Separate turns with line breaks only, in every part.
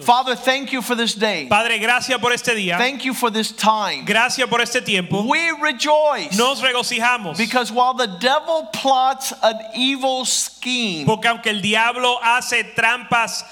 Father, thank you for this day.
Padre, gracias por este día.
Thank you for this time.
Gracias por este tiempo.
We rejoice
Nos regocijamos
because while the devil plots an evil scheme,
porque aunque el diablo hace trampas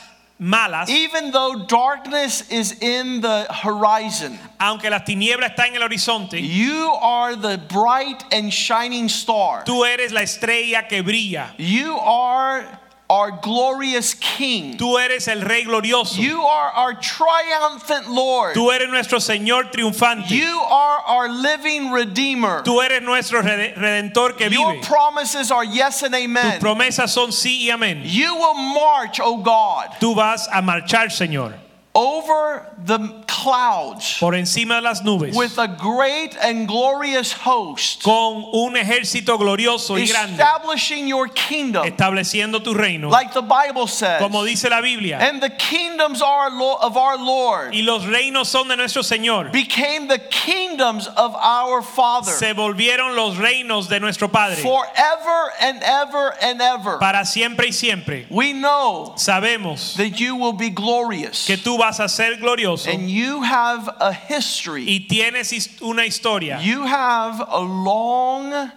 malas,
even though darkness is in the horizon,
aunque las tinieblas están en el horizonte,
you are the bright and shining star.
tú eres la estrella que brilla.
You are our glorious King.
Tú eres el rey glorioso.
You are our triumphant Lord.
Tú eres nuestro Señor
You
triunfante.
are our living Redeemer.
Tú eres nuestro rede- redentor que
Your
vive.
promises are yes and
Tus
amen.
promesas son sí y amén.
You will march, O God.
Tú vas a marchar, Señor,
over the clouds
por encima de las nubes
with a great and glorious host,
con un ejército glorioso y grande,
establishing your kingdom,
estableciendo tu reino.
like the Bible says.
Como dice la Biblia,
And the kingdoms are lo- of our Lord
y los reinos son de nuestro Señor,
became the kingdoms of our Father
se volvieron los reinos de nuestro Padre
forever and ever and ever.
para siempre y siempre.
We know
Sabemos
that you will be glorious,
que tú vas a ser glorioso
and you have a history.
y tienes his- una historia,
You have a long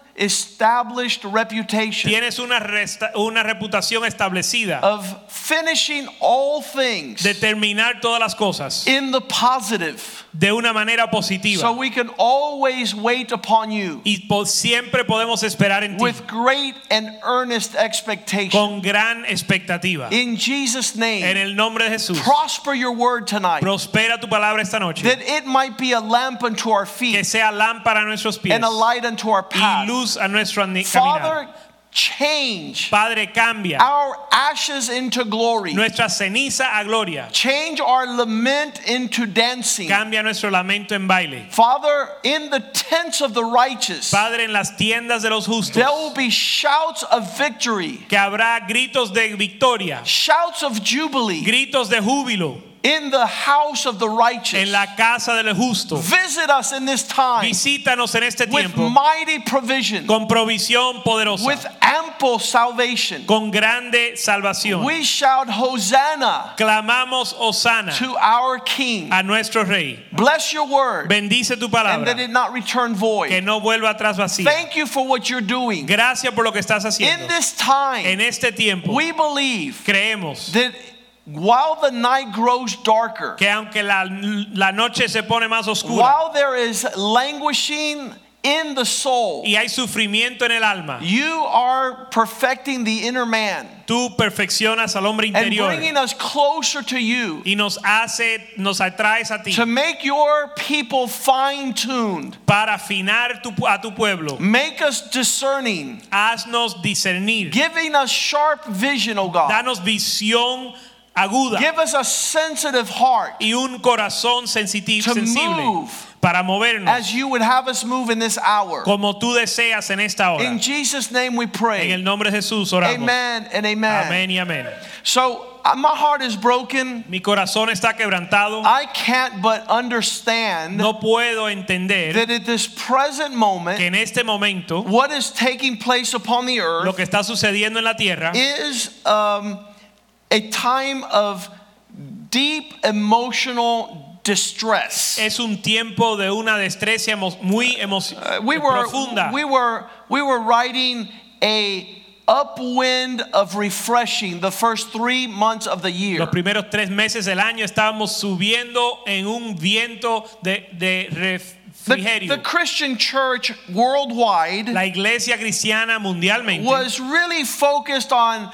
established reputation.
tienes una, resta- una reputación establecida
of finishing all things
de terminar todas las cosas
in the positive
de una manera
so
positiva
we can always wait upon you
y po- siempre podemos esperar en ti
with great and earnest expectation
con gran expectativa.
in Jesus
En
name
el nombre de Jesús,
prosper your word tonight
prospera tu palabra esta noche.
that it might be a lamp unto our
que
feet
sea lámpara a nuestros pies
and a light unto our
y
path
luz a nuestro ani- caminar.
father change
Padre, cambia
our ashes into glory
nuestra ceniza a gloria.
change our lament into dancing
Cambia nuestro lamento en baile.
father in the tents of the righteous
Padre, en las tiendas de los justos,
There will be shouts of victory,
que habrá gritos de victoria,
shouts of jubilee
gritos de júbilo
in the house of the righteous.
en la casa del justo.
Visit us in this time
Visítanos en este
with
tiempo
mighty provision,
con provisión
with
poderosa,
ample salvation.
con grande salvación.
We shout Hosanna
Clamamos Osana
to our King.
a nuestro Rey.
Bless your word
Bendice tu
and
palabra,
that it not return
que
void.
no vuelva atrás vacía.
Thank you for what you're doing.
Gracias por lo que estás haciendo.
In this
En
time,
este tiempo
we believe
creemos
that while the night grows darker,
que aunque la, la noche se pone más oscura
While there is languishing in the soul,
y hay sufrimiento en el alma,
you are perfecting the inner man
tú perfeccionas al hombre
and
interior
bringing us closer to you
y nos hace, nos atraes a ti
to make your people fine tuned.
para afinar tu, a tu pueblo.
Make us discerning,
Haznos discernir,
giving us sharp vision, O God.
danos visión aguda
Give us a sensitive heart
y un corazón sensitivo,
to
sensible
move
para movernos
as you would have us move in this hour.
como tú deseas en esta hora.
In Jesus' name we
En el
pray.
nombre de Jesús oramos.
Amen and amen.
Amén y amén.
So, uh, my heart is broken.
Mi corazón está quebrantado.
I can't but understand
No puedo entender
that at this present
que
moment,
en este momento
what is taking place upon the
lo
earth
que está sucediendo en la tierra
is um, a time of deep emotional distress.
es un tiempo de una destreza emo- muy emo-
Uh, we were
profunda.
we were we were writing a upwind of refreshing the first three months of the year.
Los primeros tres meses del año estábamos subiendo en un viento de, de
The,
refrigerio.
the Christian church worldwide
la iglesia cristiana mundialmente
was really focused on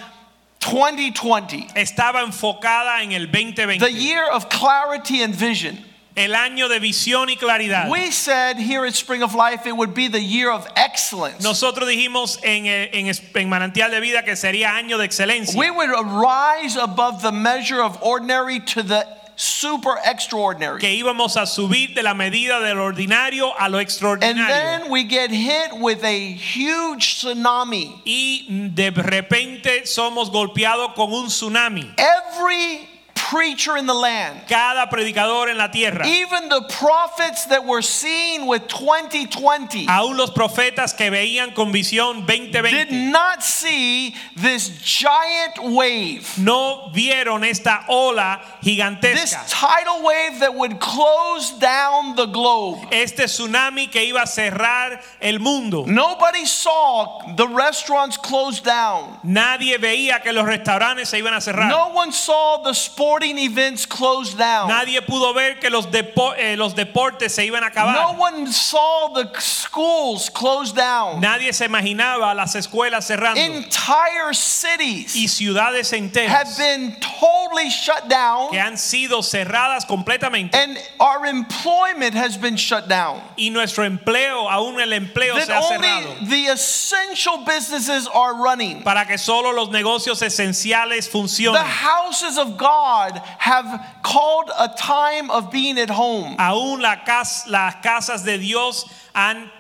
2020.
estaba enfocada en el
the
2020,
year of clarity and vision.
el año de visión y claridad.
We said here at Spring of Life it would be the year of excellence.
Nosotros dijimos en, eh, en, es- en Manantial de Vida que sería año de excelencia.
We would rise above the measure of ordinary to the super extraordinary.
que íbamos a subir de la medida del ordinario a lo
And
extraordinario.
then we get hit with a huge tsunami.
Y de repente somos golpeados con un tsunami.
Every preacher in the land,
Cada predicador en la tierra,
even the prophets that we're seeing with 2020,
aún los profetas que veían con visión
did
2020,
not see this giant wave,
no vieron esta ola
this
gigantesca,
tidal wave that would close down the globe.
este tsunami que iba a cerrar el mundo.
Nobody saw the restaurants closed down.
Nadie veía que los restaurantes se iban a cerrar.
No one saw the sporting events closed down.
Nadie pudo ver que los, depo- eh, los deportes se iban a acabar.
No one saw the schools closed down.
Nadie se imaginaba las escuelas cerrando
Entire
y
cities
ciudades
have
enteras
been totally shut down
que han sido cerradas completamente
and our employment has been shut down.
y nuestro empleo, aún el empleo
That
se ha cerrado
only the essential businesses are running.
para que solo los negocios esenciales
The
funcionen.
houses of God have called a time of being at home.
Aún la cas- las casas de Dios han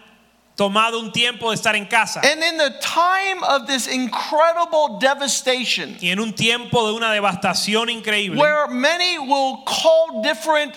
tomado un tiempo de estar en casa
And in the time of this incredible devastation,
y en un tiempo de una devastación increíble.
where many will call different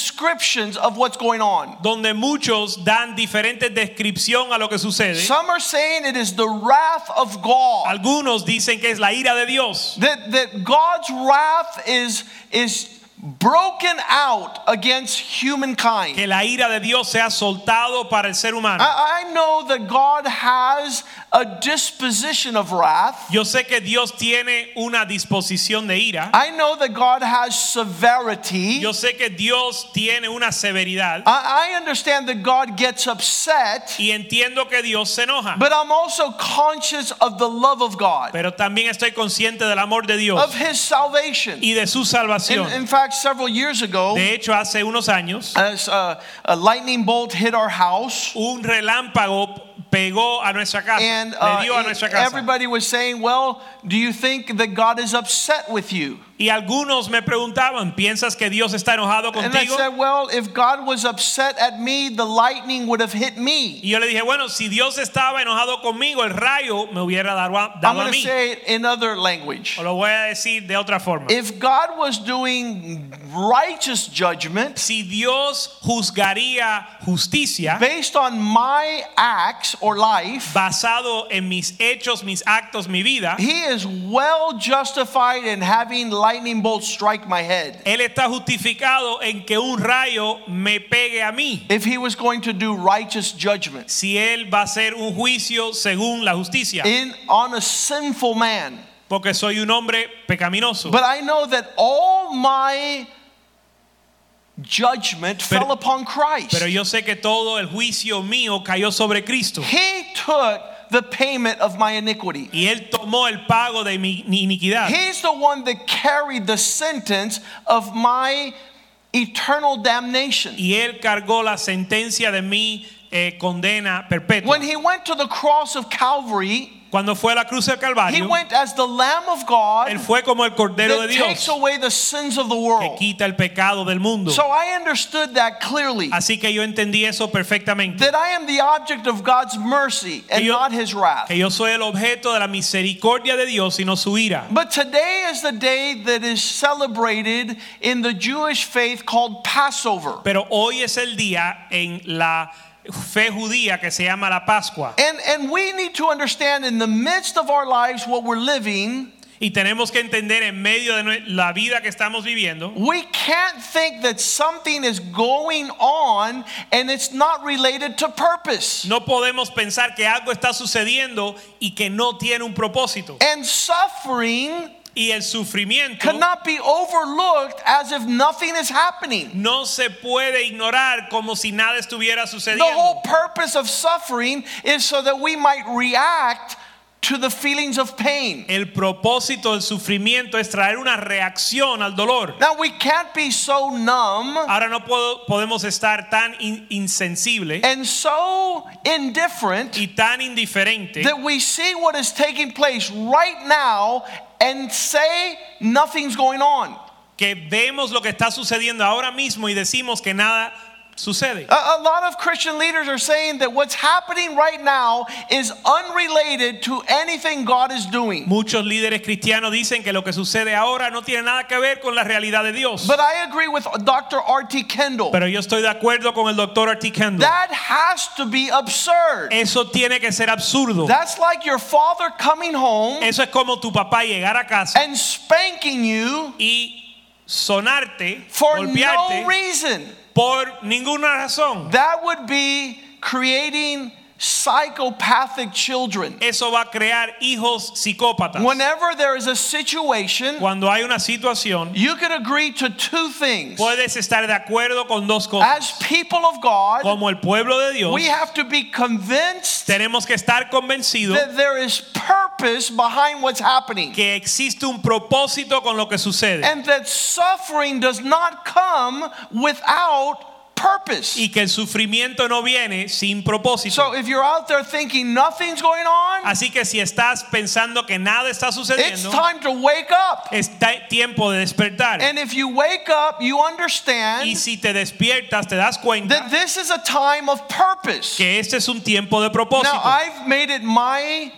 descriptions of what's going on.
donde muchos dan diferentes descripción a lo que sucede.
Some are saying it is the wrath of God.
Algunos dicen que es la ira de Dios,
That, that God's wrath is, is broken out against humankind.
que la ira de Dios se ha soltado para el ser humano.
I, I know that God has a disposition of wrath.
Yo sé que Dios tiene una disposición de ira.
I know that God has severity.
Yo sé que Dios tiene una severidad
I, I understand that God gets upset.
y entiendo que Dios se enoja,
But I'm also conscious of the love of God,
pero también estoy consciente del amor de
of
Dios
His salvation.
y de su
In,
salvación.
in fact, several years ago,
De hecho, hace unos años
as a, a lightning bolt hit our house,
un relámpago pegó a nuestra casa,
Uh, and
ah, le dio a
uh,
nuestra casa.
everybody was saying, Well, do you think that God is upset with you?
Y algunos me preguntaban, ¿piensas que Dios está enojado
And I
contigo?
said, Well, if God was upset at me, the lightning would have hit me.
Y yo le dije, bueno, si Dios estaba enojado conmigo, el rayo me hubiera dado a,
I'm
dado a
going to
mí.
say it in other language.
O lo voy a decir de otra forma.
If God was doing righteous judgment
Si Dios juzgaría justicia
based on my acts or life,
basado en mis hechos, mis actos, mi vida,
He is well justified in having lightning bolts strike my head.
Él está justificado en que un rayo me pegue a mí.
If he was going to do righteous judgment
Si Él va a hacer un juicio según la justicia,
in on a sinful man.
porque soy un hombre pecaminoso.
But I know that all my judgment
Pero-
fell upon Christ.
Pero yo sé que todo el juicio mío cayó sobre Cristo.
he took the payment of my iniquity.
Y él tomó el pago de mi mi iniquidad.
He's the one that carried the sentence of my eternal damnation.
Y él cargó la sentencia de mi eh, condena perpetua.
When he went to the cross of Calvary,
Cuando fue a la cruz del
he
Calvario,
went as the Lamb of God.
él fue como el Cordero de
that takes
Dios
away the sins of the
que
world.
quita el pecado del mundo.
So I understood that clearly.
Así que yo entendí eso perfectamente.
That I am the object of God's mercy and
Que yo-
not his wrath.
Que yo soy el objeto de la misericordia de Dios y no su ira.
But today is the day that is celebrated in the Jewish faith called Passover.
Pero hoy es el día en la fe judía que se llama la Pascua.
And, and we need to understand in the midst of our lives what we're living,
Y tenemos que entender en medio de nue- la vida que estamos viviendo
we can't think that something is going on and it's not related to purpose.
No podemos pensar que algo está sucediendo y que no tiene un propósito.
And suffering
Y el sufrimiento
cannot be overlooked as if nothing is happening.
no se puede ignorar como si nada estuviera
The whole
sucediendo.
purpose of suffering is so that we might react to the feelings of pain.
El propósito del sufrimiento es traer una reacción al dolor.
Now, we can't be so numb
Ahora no puedo- podemos estar tan in- insensible
and so indifferent
y tan indiferente
that we see what is taking place right now and say nothing's going on.
que vemos lo que está sucediendo ahora mismo y decimos que nada sucede.
A, a lot of Christian leaders are saying that what's happening right now is unrelated to anything God is doing.
Muchos líderes cristianos dicen que lo que sucede ahora no tiene nada que ver con la realidad de Dios.
But I agree with Dr. R.T. Kendall.
Pero yo estoy de acuerdo con el doctor R.T. Kendall.
That has to be absurd.
Eso tiene que ser absurdo.
That's like your father coming home
Eso es como tu papá llegar a casa
and spanking you
y sonarte,
for
golpearte
no reason.
por ninguna razón.
That would be creating psychopathic children.
Eso va a crear hijos psicópatas.
Whenever there is a situation,
Cuando hay una situación,
you could agree to two things.
puedes estar de acuerdo con dos cosas.
As people of God,
Como el pueblo de Dios,
we have to be convinced
tenemos que estar convencidos
that there is purpose behind what's happening
que existe un propósito con lo que sucede
and that suffering does not come without purpose.
y que el sufrimiento no viene sin propósito.
So if you're out there thinking nothing's going on,
Así que si estás pensando que nada está
it's
sucediendo,
time to wake up.
está tiempo de despertar.
And if you wake up, you understand
Y si te despiertas, te das cuenta
that this is a time of purpose.
que este es un tiempo de
Now
propósito. Ah.
I've made it my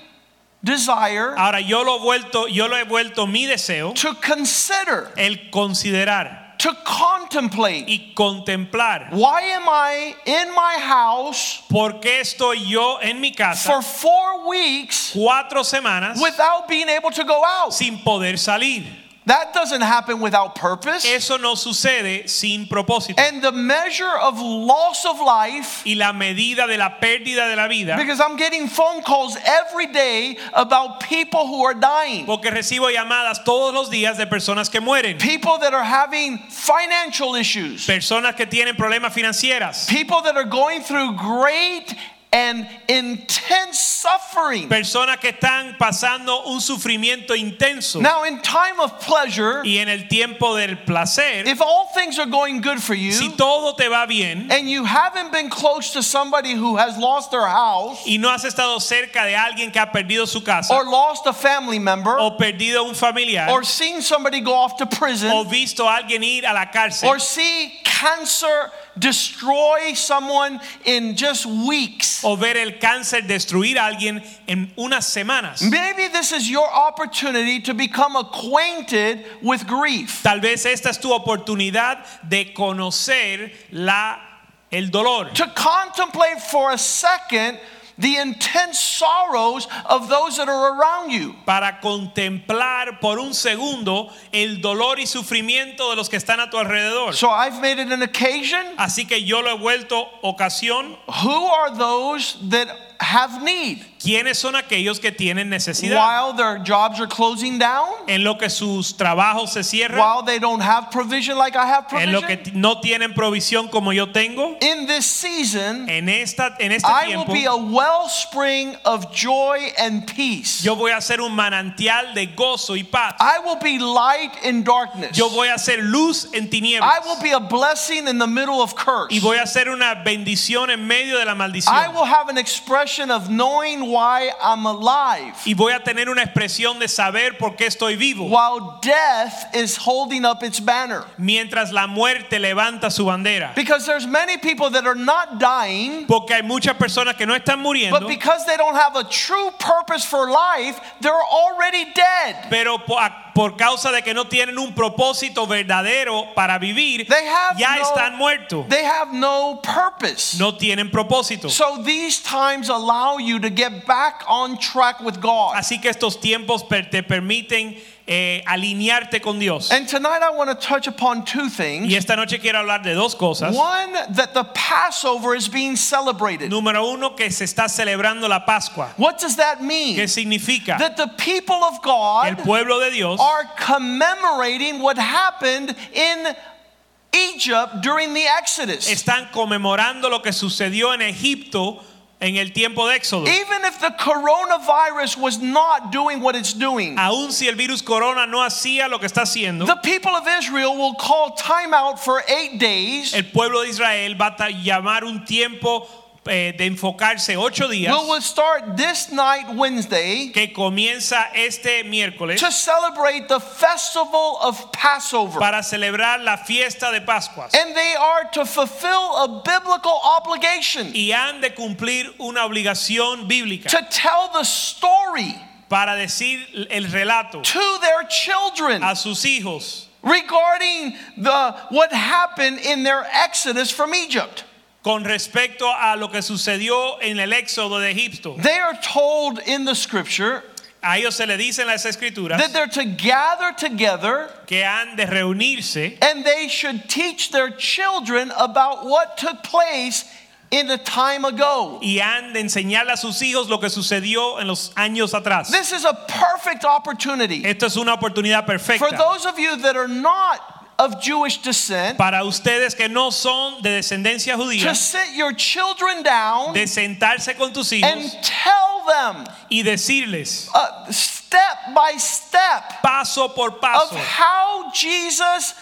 desire
Ahora yo lo he vuelto, yo lo he vuelto mi deseo
to consider,
el considerar
to contemplate.
y contemplar
Why am I in my house
por qué estoy yo en mi casa
for four weeks
cuatro semanas
without being able to go out?
sin poder salir.
That doesn't happen without purpose.
Eso no sucede sin propósito.
And the measure of loss of life,
y la medida de la pérdida de la vida,
because I'm getting phone calls every day about people who are dying,
porque recibo llamadas todos los días de personas que mueren,
people that are having financial issues.
personas que tienen problemas financieros,
People that are going through great and intense suffering.
personas que están pasando un sufrimiento intenso.
Now, in time of pleasure,
y en el tiempo del placer,
if all things are going good for you
si todo te va bien
and you haven't been close to somebody who has lost their house
y no has estado cerca de alguien que ha perdido su casa
or lost a family member
o perdido un familiar
or seen somebody go off to
o
prison
visto a alguien ir a la cárcel
or see cancer destroy someone in just weeks,
o ver el cáncer destruir a alguien en unas semanas.
maybe this is your opportunity to become acquainted with grief.
Tal vez esta es tu oportunidad de conocer la, el dolor,
to contemplate for a second the intense sorrows of those that are around you.
para contemplar por un segundo el dolor y sufrimiento de los que están a tu alrededor.
So I've made it an occasion.
Así que yo lo he vuelto ocasión.
Who are those that have need
¿Quiénes son aquellos que tienen necesidad?
while their jobs are closing down,
En lo que sus trabajos se cierran,
while they don't have provision like I have
en lo que
provision?
t- no tienen provisión como yo tengo,
In this season,
en, esta, en este
I will
tiempo
be a wellspring of joy and peace.
yo voy a ser un manantial de gozo y paz.
I will be light in darkness.
Yo voy a ser luz en tinieblas.
I will be a blessing in the middle of curse.
y voy a hacer una bendición en medio de la
I
maldición
will have an expression of knowing why I'm alive
y voy a tener una expresión de saber por qué estoy vivo
while death is holding up its banner.
mientras la muerte levanta su bandera
Because there's many people that are not dying,
porque hay muchas personas que no están
but
muriendo
because they don't have a true purpose for life, they're already dead.
pero po- a- por causa de que no tienen un propósito verdadero para vivir
They have
ya
no-
están muertos
They have no purpose.
no tienen propósito
So these times allow you to get back on track with God.
así que estos tiempos per- te permiten eh, alinearte con Dios
And tonight I want to touch upon two
y
things.
esta noche quiero hablar de dos cosas
One, that the Passover is being celebrated.
número uno que se está celebrando la Pascua
What does that mean?
¿Qué significa?
that the people of
el
God
pueblo de Dios
are commemorating what happened in Egypt during the Exodus.
están conmemorando lo que sucedió en Egipto en el tiempo de Éxodo.
Even if the coronavirus was not doing what it's doing,
Aun si el virus corona no hacía lo que está haciendo,
the people of Israel will call timeout for eight days
el pueblo de Israel va a ta- llamar un tiempo eh, de enfocarse ocho días
We'll, we'll start this night, Wednesday,
que comienza este miércoles
to celebrate the festival of Passover.
para celebrar la fiesta de Pascuas
And they are to fulfill a biblical obligation
y han de cumplir una obligación bíblica
to tell the story
para decir el relato
to their children
a sus hijos
regarding the what happened in their exodus from Egypt.
con respecto a lo que sucedió en el éxodo de Egipto.
They are told in the scripture
A ellos se le dice en las escrituras
that they're to gather together
que han de reunirse
and they should teach their children about what took place in the time ago.
y han de enseñarle a sus hijos lo que sucedió en los años atrás.
This is a perfect opportunity
Esto es una oportunidad
for
perfecta
those of you that are not of Jewish descent
para ustedes que no son de descendencia judía
to sit your children down
de sentarse con tus
and
hijos
tell them
y decirles
uh, step by step
paso por
of
paso
how Jesus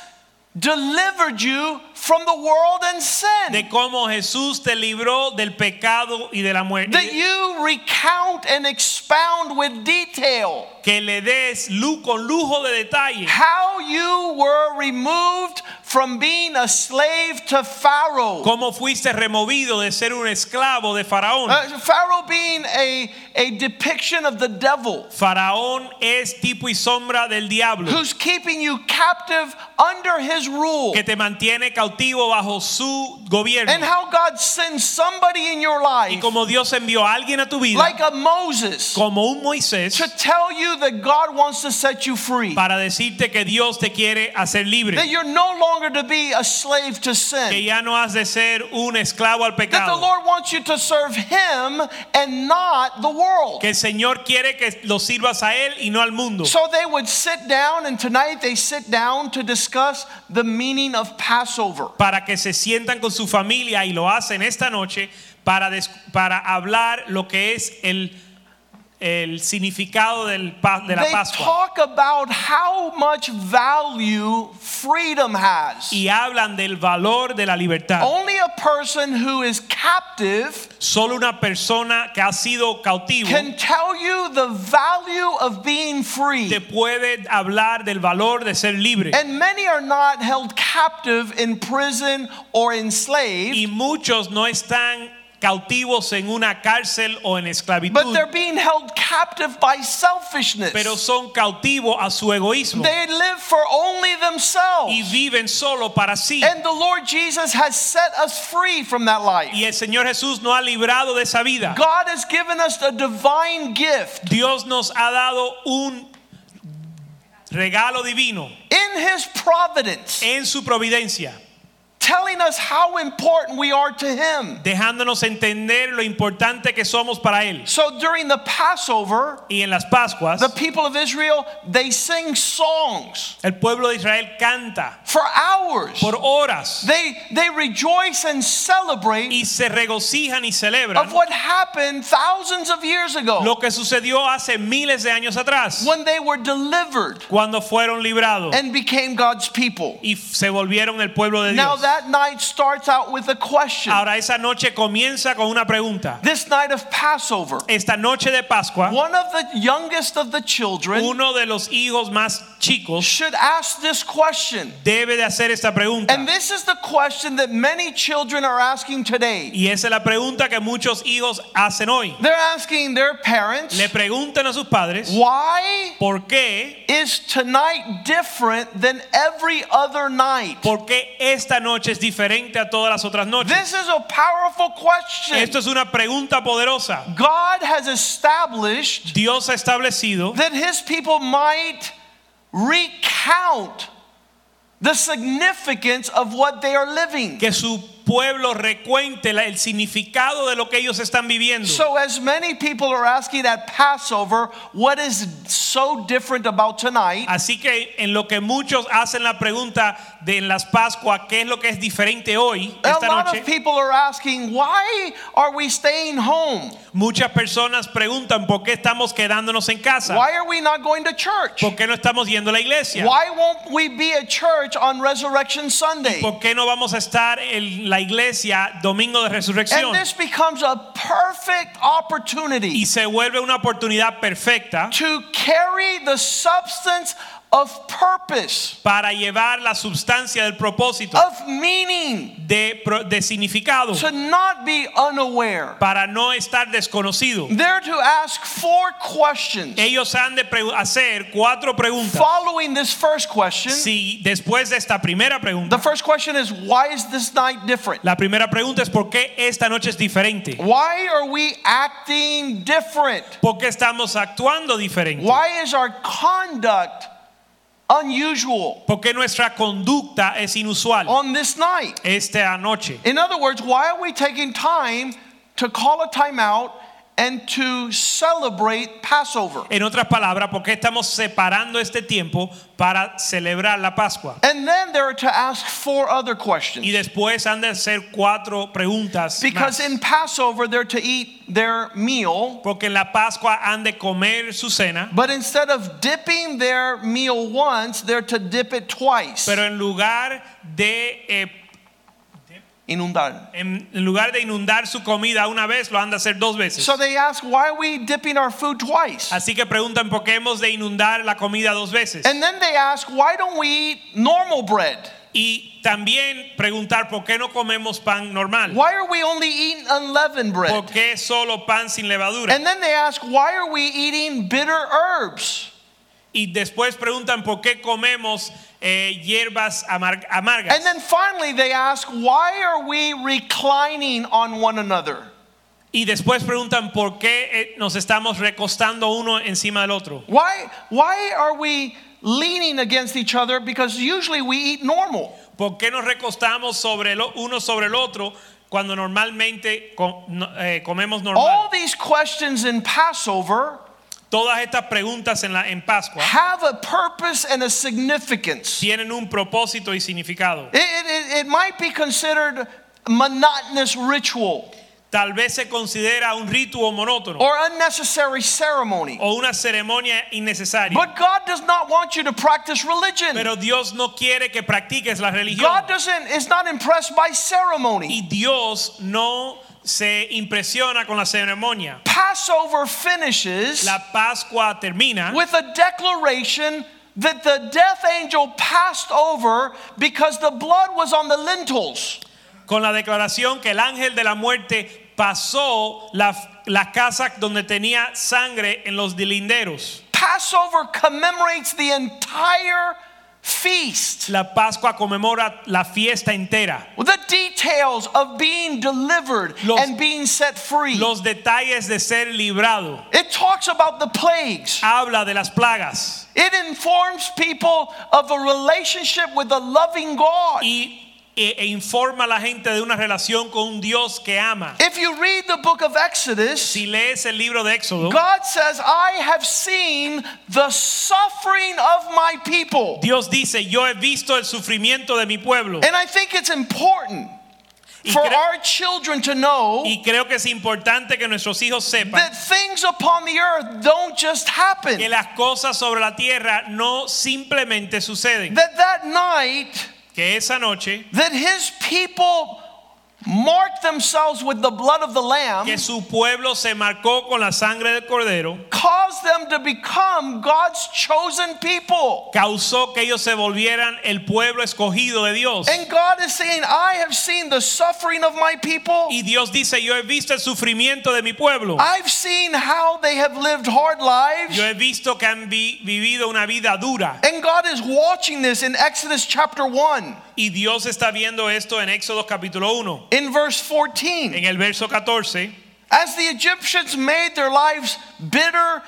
delivered you from the world and sin.
de cómo Jesús te libró del pecado y de la
That
muerte.
you recount and expound with detail
Que le des lu- con lujo de detalle
how you were removed from being a slave to Pharaoh.
cómo fuiste removido de ser un esclavo de Faraón.
Uh, Pharaoh being a, a depiction of the devil
Faraón es tipo y sombra del diablo
who's keeping you captive under his rule.
que te mantiene cautivo bajo su
And
gobierno.
how God sends somebody in your
Y
life,
como Dios envió a alguien a tu vida,
like a Moses,
como un Moisés,
to tell you that God wants to set you free.
para decirte que Dios te quiere hacer
That
libre,
you're no longer to be a slave to
que
sin.
ya no has de ser un esclavo al
That the
pecado,
Lord wants you to serve Him and not the world.
que el Señor quiere que lo sirvas a Él y no al mundo.
So they would sit down, and tonight they sit down to discuss the meaning of Passover.
para que se sientan con su familia y lo hacen esta noche para, des- para hablar lo que es el, el significado del, pa- de la
They
Pascua.
talk about how much value freedom has.
Y hablan del valor de la libertad.
Only a person who is captive
Solo una persona que ha sido cautivo
can tell you the value of being free.
te puede hablar del valor de ser libre.
And many are not held captive in prison or enslaved,
Y muchos no están cautivos en una cárcel o en
but
esclavitud,
they're being held captive by selfishness.
pero son cautivos a su egoísmo
They live for only
y
themselves.
viven solo para sí.
And the Lord Jesus has set us free from that
Y
life.
el Señor Jesús nos ha librado de esa vida.
God has given us a divine gift.
Dios nos ha dado un regalo divino
In His providence,
en su providencia,
telling us how important we are to Him.
dejándonos entender lo importante que somos para Él.
So during the Passover,
Y en las Pascuas,
the people of Israel, they sing songs
el pueblo de Israel canta
for hours.
por horas
They they rejoice and celebrate
y se regocijan y celebran
of what happened thousands of years ago
lo que sucedió hace miles de años atrás,
when they were delivered
cuando fueron librados
and became God's people.
y se volvieron el pueblo de
Now
Dios.
that night starts out with a question.
Ahora esa noche comienza con una pregunta.
This night of Passover,
Esta noche de Pascua,
one of the youngest of the children
uno de los hijos más chicos
should ask this question.
debe de hacer esta pregunta.
And this is the question that many children are asking today.
Y esa es la pregunta que muchos hijos hacen hoy.
They're asking their parents,
Le preguntan a sus padres,
why
¿por qué?
is tonight different than every other night?
¿Por qué esta noche es diferente a todas las otras noches?
This is a powerful question.
Esto es una pregunta poderosa.
God has established
Dios ha establecido
that his people might recount the significance of what they are living.
que su pueblo recuente la- el significado de lo que ellos están viviendo.
So, as many people are asking at Passover, what is so different about tonight?
Así que en lo que muchos hacen la pregunta de en las Pascuas, ¿qué es lo que es diferente hoy,
A
esta
lot of
noche?
people are asking, why are we staying home?
Muchas personas preguntan, ¿por qué estamos quedándonos en casa?
Why are we not going to church?
¿Por qué no estamos yendo a la iglesia?
Why won't we be at church on Resurrection Sunday?
¿Por qué no vamos a estar en la la iglesia Domingo de Resurrección
And this becomes a perfect opportunity
y se vuelve una oportunidad perfecta
to carry the substance of purpose,
para llevar la sustancia del propósito
of meaning,
de, pro- de significado
to not be unaware.
para no estar desconocido.
They're to ask four questions.
Ellos han de pre- hacer cuatro preguntas.
Following this first question,
Si después de esta primera
the
pregunta,
first question is why is this night different?
la primera pregunta es ¿por qué esta noche es diferente?
Why are we acting different?
¿Por qué estamos actuando diferente?
Why is our conduct unusual
¿Por qué nuestra conducta es inusual
on this night?
esta noche?
In other words, why are we taking time to call a timeout and to celebrate Passover?
En otras palabras, ¿por qué estamos separando este tiempo para celebrar la Pascua?
And then they're to ask four other
Y
questions.
después han de hacer cuatro preguntas.
Because
más.
in Passover, they're to eat their meal,
Porque en la Pascua han de comer su cena,
but instead of dipping their meal once, they're to dip it twice.
pero en lugar de eh,
Inundar.
en en lugar de inundar su comida una vez, lo han de hacer dos veces.
So they ask, why are we dipping our food twice?
Así que preguntan por qué hemos de inundar la comida dos veces.
And then they ask, why don't we eat normal bread?
Y también preguntar por qué no comemos pan normal.
Why are we only eating unleavened
¿Por
bread?
qué solo pan sin levadura?
And then they ask, why are we eating bitter herbs?
y después preguntan por qué comemos eh, hierbas amar- amargas.
And then finally they ask, why are we reclining on one another?
y después preguntan por qué eh, nos estamos recostando uno encima del otro.
Why, why are we leaning against each other? Because usually we eat normal.
¿Por qué nos recostamos sobre el o- uno sobre el otro cuando normalmente com- no- eh, comemos normal?
All these questions in Passover
Todas estas preguntas en, la, en Pascua
have a purpose and a significance. It,
tienen un propósito y significado.
it, it, it might be considered monotonous ritual
Tal vez se considera un ritual monótono
or unnecessary ceremony.
o una ceremonia innecesaria.
But God does not want you to practice religion.
Pero Dios no quiere que practiques la religión.
God doesn't is not impressed by ceremony.
Y Dios no se impresiona con la ceremonia.
Passover finishes
La Pascua termina
with a declaration that the death angel passed over because the blood was on the lintels.
con la declaración que el ángel de la muerte pasó la, la casa donde tenía sangre en los linderos.
Passover commemorates the entire feast.
La Pascua conmemora la fiesta entera,
The details of being delivered
Los-
and being set free.
los detalles de ser librado.
it talks about the plagues.
Habla de las plagas
It informs people of a relationship with a loving God.
y, e- e informa a la gente de una relación con un Dios que ama.
If you read the book of Exodus,
Si lees el libro de Éxodo,
God says, I have seen the suffering of my people.
Dios dice, yo he visto el sufrimiento de mi pueblo.
And I think it's important
Y
for
creo-
our children to know
Y creo que es importante que nuestros hijos sepan
that things upon the earth don't just happen.
que
That
las cosas sobre la tierra no simplemente suceden.
that night
Que esa noche
that his people marked themselves with the blood of the lamb
que su pueblo se marcó con la sangre del cordero
caused them to become God's chosen people.
causó que ellos se volvieran el pueblo escogido de Dios.
And God is saying, I have seen the suffering of my people.
Y Dios dice, yo he visto el sufrimiento de mi pueblo.
I've seen how they have lived hard lives.
Yo he visto que han vi- vivido una vida dura.
And God is watching this in Exodus chapter 1,
Y Dios está viendo esto en Éxodo capítulo 1,
in verse
en
14.
el verso 14.
As the Egyptians made their lives bitter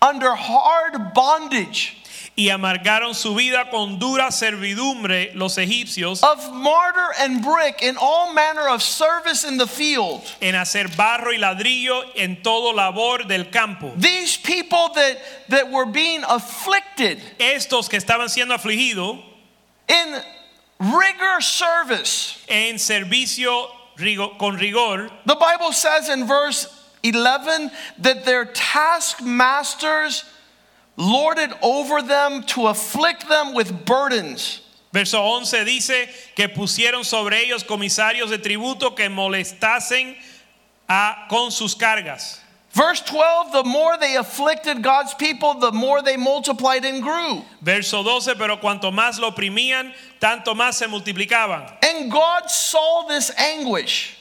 under hard bondage
Y amargaron su vida con dura servidumbre los egipcios
of mortar and brick in all manner of service in the field.
en hacer barro y ladrillo en todo labor del campo.
These people that, that were being afflicted
Estos que estaban siendo afligidos
in rigor service.
en servicio rigo- con rigor,
The Bible says in verse 11 that their taskmasters lorded over them to afflict them with burdens.
Verso 11 dice que pusieron sobre ellos comisarios de tributo que molestasen a- con sus cargas.
Verse 12 the more they afflicted God's people, the more they multiplied and grew.
Verso 12, pero cuanto más lo oprimían, tanto más se multiplicaban.
And God saw this anguish,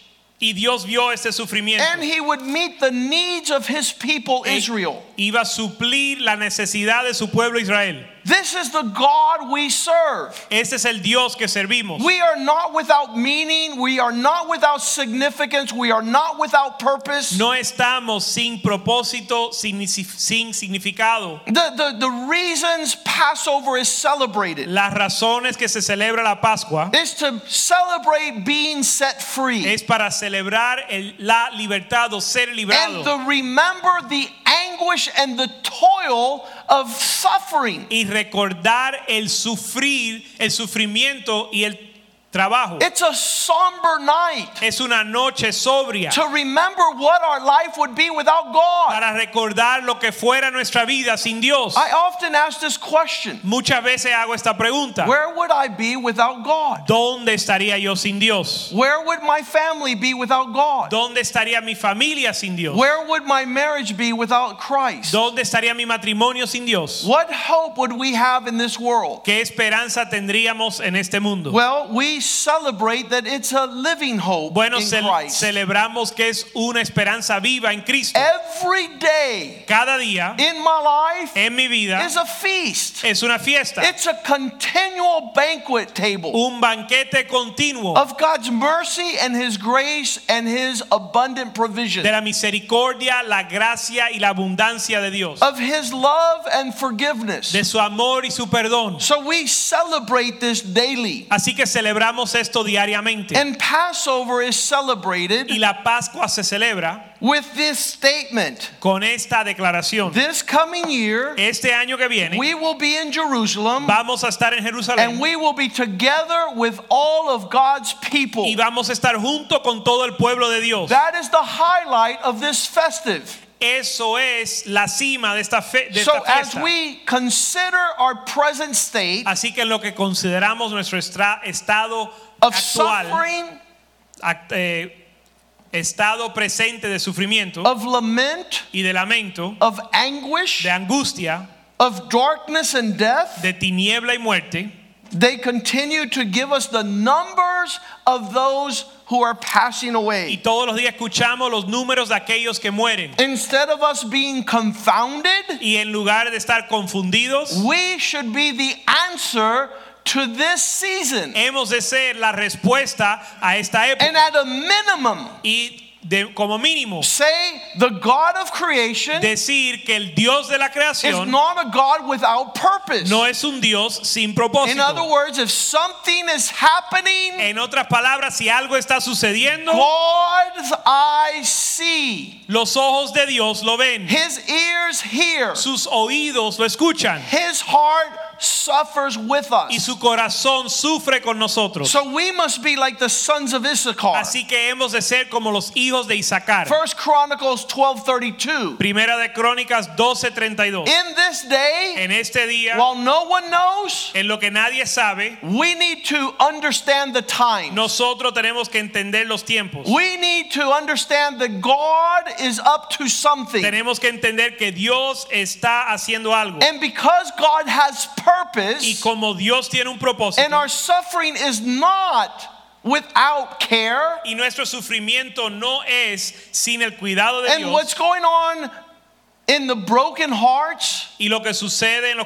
Y Dios vio este sufrimiento.
and He would meet the needs of His people, Israel.
Iba a suplir la necesidad de su pueblo Israel.
This is the God we serve.
Este es el Dios que servimos.
We are not without meaning, we are not without significance, we are not without purpose.
No estamos sin propósito, sin, sin significado.
The, the, the reasons Passover is celebrated
Las razones que se celebra la Pascua
is to celebrate being set free
es para celebrar el- la libertad o ser
and
librado
to remember the anguish and the toil of suffering.
y recordar el sufrir, el sufrimiento y el trabajo.
It's a somber night
Es una noche sobria
to remember what our life would be without God.
para recordar lo que fuera nuestra vida sin Dios.
I often ask this question
Muchas veces hago esta pregunta.
Where would I be without God?
¿Dónde estaría yo sin Dios?
Where would my family be without God?
¿Dónde estaría mi familia sin Dios?
Where would my marriage be without Christ?
¿Dónde estaría mi matrimonio sin Dios?
What hope would we have in this world?
¿Qué esperanza tendríamos en este mundo?
Well, we celebrate that it's a living hope
Bueno,
in
ce-
Christ.
celebramos que es una esperanza viva en Cristo.
Every day
Cada día
in my life
en mi vida
is a feast.
es una fiesta,
It's a continual banquet table
un banquete continuo
of God's mercy and His grace and His abundant
de
provision,
la misericordia, la gracia y la abundancia de Dios,
of His love and forgiveness.
de su amor y su perdón.
So we celebrate this daily.
Así que celebramos esto diariamente.
And Passover is celebrated
Y la Pascua se celebra
with this statement
con esta declaración.
This coming year,
Este año que viene
we will be in Jerusalem
vamos a estar en Jerusalén
and we will be together with all of God's people.
y vamos a estar junto con todo el pueblo de Dios.
That is the highlight of this festive.
Eso es la cima de esta, fe- de
So,
esta
as
fiesta.
we consider our present state
Así que lo que consideramos nuestro estra- estado
of
actual,
suffering,
act- eh, estado presente de sufrimiento
of lament,
y de lamento,
of anguish,
de angustia,
of darkness and death,
de tiniebla y muerte,
they continue to give us the numbers of those who are passing
y
away.
todos los días escuchamos los números de aquellos que mueren.
Instead of us being confounded,
Y en lugar de estar confundidos,
we should be the answer to this season.
hemos de ser la respuesta a esta
And
época.
at a minimum,
Y de- como mínimo,
say the God of creation
decir que el Dios de la
is
creación
not a God without purpose.
no es un Dios sin
In other
propósito.
words, if something is happening,
En otras palabras, si algo está sucediendo,
God's eyes see,
los ojos de Dios lo ven,
His ears hear,
sus oídos lo escuchan
His heart suffers with
y
us.
su corazón sufre con nosotros.
So we must be like the sons of Issachar.
Así que hemos de ser como los hijos de Isaacar.
First Chronicles 12:32.
Primera de Crónicas 12:32.
In this day,
En este día,
while no one knows,
en lo que nadie sabe,
we need to understand the time.
nosotros tenemos que entender los tiempos.
We need to understand that God is up to something.
Tenemos que entender que Dios está haciendo algo.
And because God has
Y
purpose,
como Dios tiene un
and
propósito
our suffering is not without care,
y nuestro sufrimiento no es sin el cuidado de
and what's
Dios
going on in the broken hearts,
y lo que sucede en los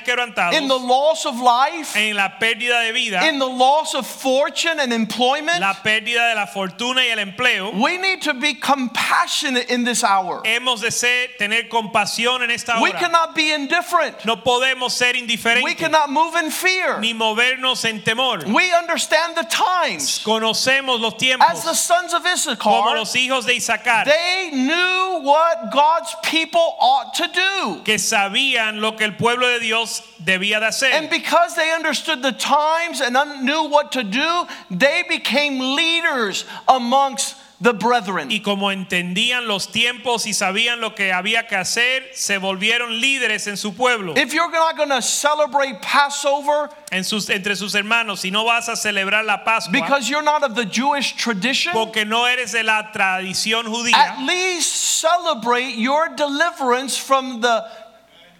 in the
quebrantados,
loss of life,
en la pérdida de vida,
in the loss of fortune and employment,
la pérdida de la fortuna y el empleo,
we need to be compassionate in this hour.
hemos de ser, tener compasión en esta
We
hora.
cannot be indifferent.
No podemos ser
We
indiferentes
cannot move in fear.
ni movernos en temor.
We understand the times.
Conocemos los
As the
tiempos
sons of
como
Issachar,
los hijos de Isaacar
They knew what God's people ought to do.
que sabían lo que el pueblo de Dios debía de
And
hacer.
because they understood the times and un- knew what to do, they became leaders amongst the brethren.
Y como entendían los tiempos y sabían lo que había que hacer, se volvieron líderes en su pueblo,
If you're not going to celebrate Passover
en sus, entre sus hermanos. Si no vas a celebrar la Pascua
because you're not of the Jewish tradition,
porque no eres de la tradición judía,
at least celebrate your deliverance from the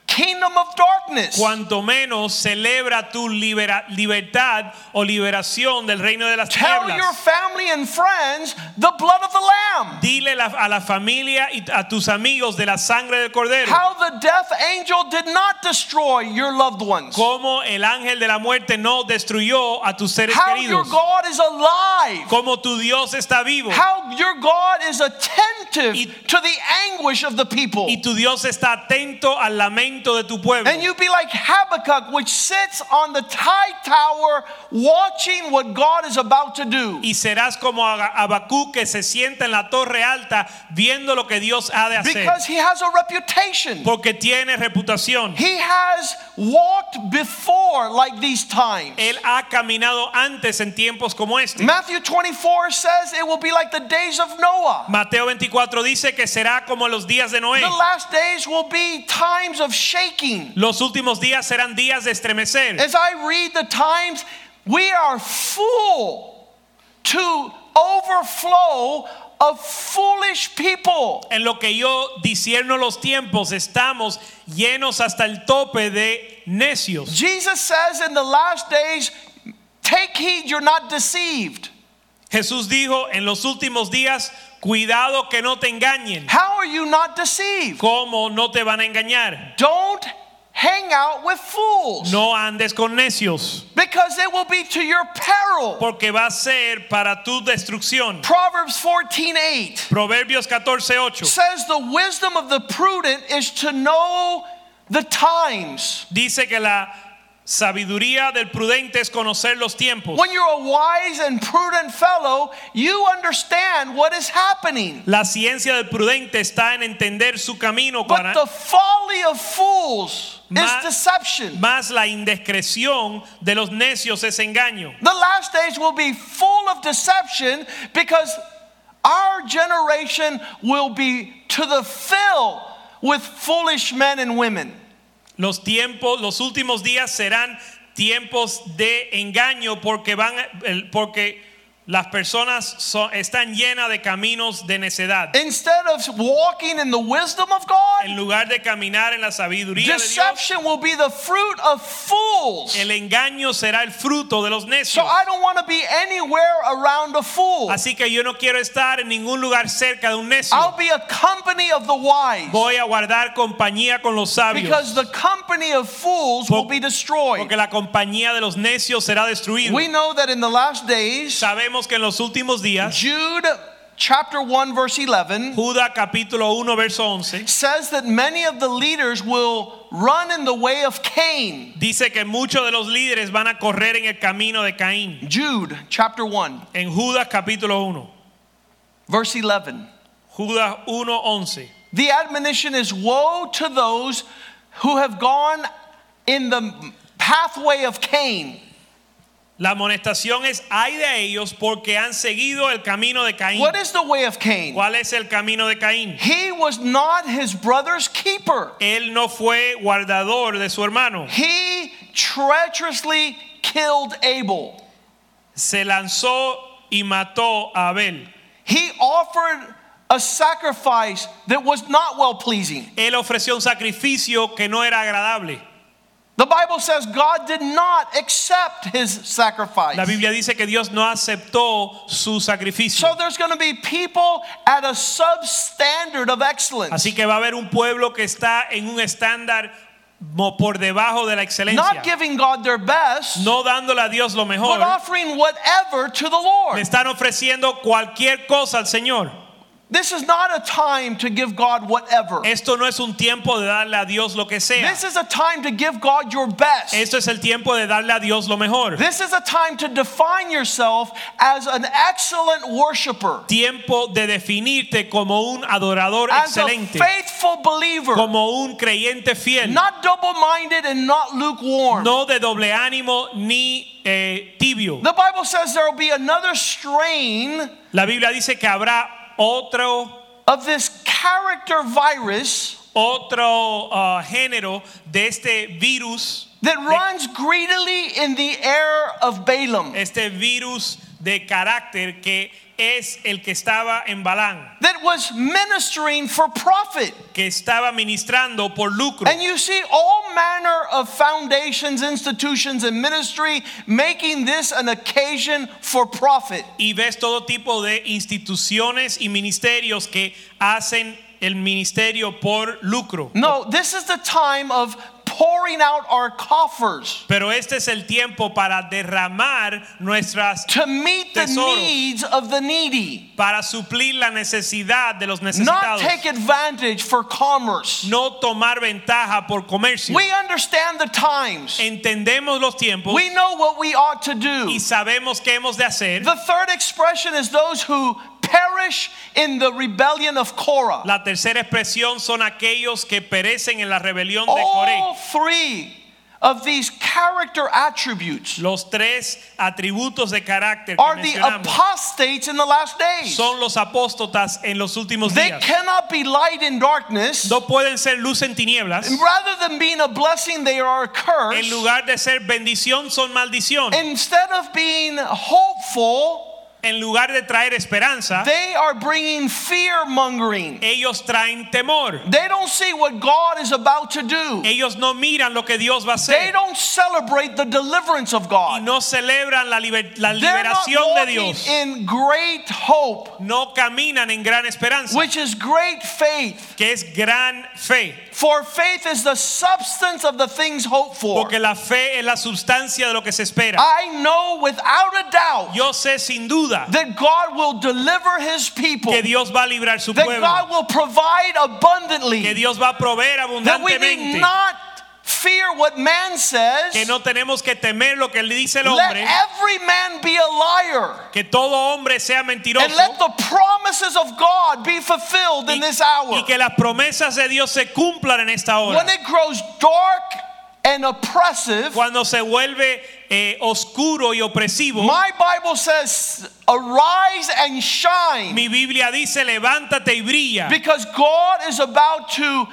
kingdom of darkness.
cuanto menos celebra tu libera- libertad o liberación del reino de las
Tell
tinieblas.
your family and friends the blood of the Lamb,
Dile la- a la familia y a tus amigos de la sangre del cordero.
how the death angel did not destroy your loved ones,
Cómo el ángel de la muerte no destruyó a tus seres
how your
queridos.
God is alive.
Cómo tu Dios está vivo.
How your God is attentive
Y-
to the anguish of the people.
Y tu Dios está atento al lamento de tu pueblo.
And you be like Habakkuk, which sits on the tide tower watching what God is about to do.
Y serás como Aga- Abacú que se sienta en la torre alta viendo lo que Dios ha de hacer.
Because he has a reputation.
Porque tiene reputación.
He has walked before like these times.
Él ha caminado antes en tiempos como este.
Matthew 24 says it will be like the days of Noah.
Mateo 24 dice que será como los días de Noé.
Mm. The last days will be times of shaking.
Los últimos días serán días de estremecer.
As I read the times, we are full to overflow of foolish people.
En lo que yo disierno los tiempos, estamos llenos hasta el tope de necios.
Jesus says in the last days, take heed you're not deceived.
Jesús dijo en los últimos días, cuidado que no te engañen.
How are you not deceived?
¿Cómo no te van a engañar?
Don't hang out with fools
No andes con necios,
because it will be to your peril.
porque va a ser para tu destrucción.
Proverbs 14:8
Proverbios 14:8
says the wisdom of the prudent is to know the times.
dice que la sabiduría del prudente es conocer los tiempos.
When you're a wise and prudent fellow, you understand what is happening.
La ciencia del prudente está en entender su camino,
But
para-
the folly of fools is
Ma-
deception.
más la indiscreción de los necios es engaño.
The last days will be full of deception because our generation will be to the fill with foolish men and women.
Los tiempos, los últimos días serán tiempos de engaño porque van el- porque las personas son- están llenas de caminos de necedad.
Instead of walking in the wisdom of God,
En lugar de caminar en la sabiduría de Dios,
deception will be the fruit of fools.
el engaño será el fruto de los
So
necios.
I don't want to be anywhere around a fool.
Así que yo no quiero estar en ningún lugar cerca de un necio.
I'll be a company of the wise
Voy a guardar compañía con los sabios,
because the company of fools will be destroyed.
porque la compañía de los necios será destruida.
We know that in the last days,
Sabemos que en los últimos días,
Jude chapter 1 verse 11
Judas capítulo 1 verso 11
says that many of the leaders will run in the way of Cain.
dice que muchos de los líderes van a correr en el camino de Caín.
Jude chapter 1
En Judas capítulo 1,
verse 11.
Judas 1 11.
The admonition is woe to those who have gone in the pathway of Cain.
La amonestación es ay de ellos porque han seguido el camino de Caín.
What is the way of Cain?
¿Cuál es el camino de Caín?
He was not his brother's keeper.
Él no fue guardador de su hermano.
He treacherously killed Abel.
Se lanzó y mató a Abel.
He offered a sacrifice that was not well pleasing.
Él ofreció un sacrificio que no era agradable.
The Bible says God did not accept his
La
sacrifice.
Biblia dice que Dios no aceptó su sacrificio.
So there's going to be people at a substandard of excellence.
Así que va a haber un pueblo que está en un estándar mo- por debajo de la excelencia,
Not giving God their best,
no dándole a Dios lo
but
mejor.
offering whatever to the
Le
Lord.
están ofreciendo cualquier cosa al Señor.
This is not a time to give God whatever.
Esto no es un tiempo de darle a Dios lo que sea.
This is a time to give God your best.
Esto es el tiempo de darle a Dios lo mejor.
This is a time to define yourself as an excellent worshiper,
Tiempo de definirte como un adorador
as a
excelente,
faithful believer,
como un creyente fiel,
not double minded and not lukewarm.
no de doble ánimo ni eh, tibio.
The Bible says there will be another strain
La Biblia dice que habrá otro,
of this character virus
otro ah, género de este virus,
that runs greedily in the air of Balaam.
este virus de carácter que es el que estaba en Balán,
that was ministering for profit.
que estaba ministrando por lucro.
And you see all manner of foundations, institutions, and ministry making this an occasion for profit.
y ves todo tipo de instituciones y ministerios que hacen el ministerio por lucro.
No, this is the time of pouring out our coffers
Pero este es el tiempo para derramar nuestras
to meet the
Tesoros.
needs of the needy,
para suplir la necesidad de los
not
necesitados.
take advantage for commerce.
No tomar ventaja por comercio.
We understand the times.
Entendemos los tiempos
We know what we ought to do.
y sabemos qué hemos de hacer.
The third expression is those who perish in the rebellion of Korah.
La tercera expresión son aquellos que perecen en la rebelión
Oh.
de Coré.
All three of these character attributes
Los tres atributos de carácter que
are the
mencionamos
apostates in the last days.
son los apóstatas en los últimos
They
días.
cannot be light in darkness.
No pueden ser luz en tinieblas.
Rather than being a blessing, they are a
En
curse.
lugar de ser bendición, son maldición.
Instead of being hopeful,
En lugar de traer esperanza,
they are bringing fear mongering.
ellos traen temor.
They don't see what God is about to do.
Ellos no miran lo que Dios va a
They
hacer
don't celebrate the deliverance of
y
God.
no celebran la, liber- la
They're not
liberación de
walking
Dios.
in great hope,
No caminan en gran esperanza,
which is great faith.
que es gran fe,
For faith is the substance of the things hoped for.
porque la fe es la sustancia de lo que se espera.
I know without a doubt
Yo sé sin duda
that God will deliver his people,
que
that
Dios va a librar su
God
pueblo,
will provide
que
abundantly,
Dios va a proveer
that we need
abundantemente,
not fear what man says.
que no tenemos que temer lo que le dice el
Let
hombre.
every man be a liar.
Que todo hombre sea
And
mentiroso
let the promises of God be fulfilled in this hour.
y que las promesas de Dios se cumplan en esta hora.
When it grows dark and oppressive,
Cuando se vuelve eh, oscuro y opresivo,
my Bible says, arise and shine.
mi Biblia dice, levántate y brilla,
Because God is about to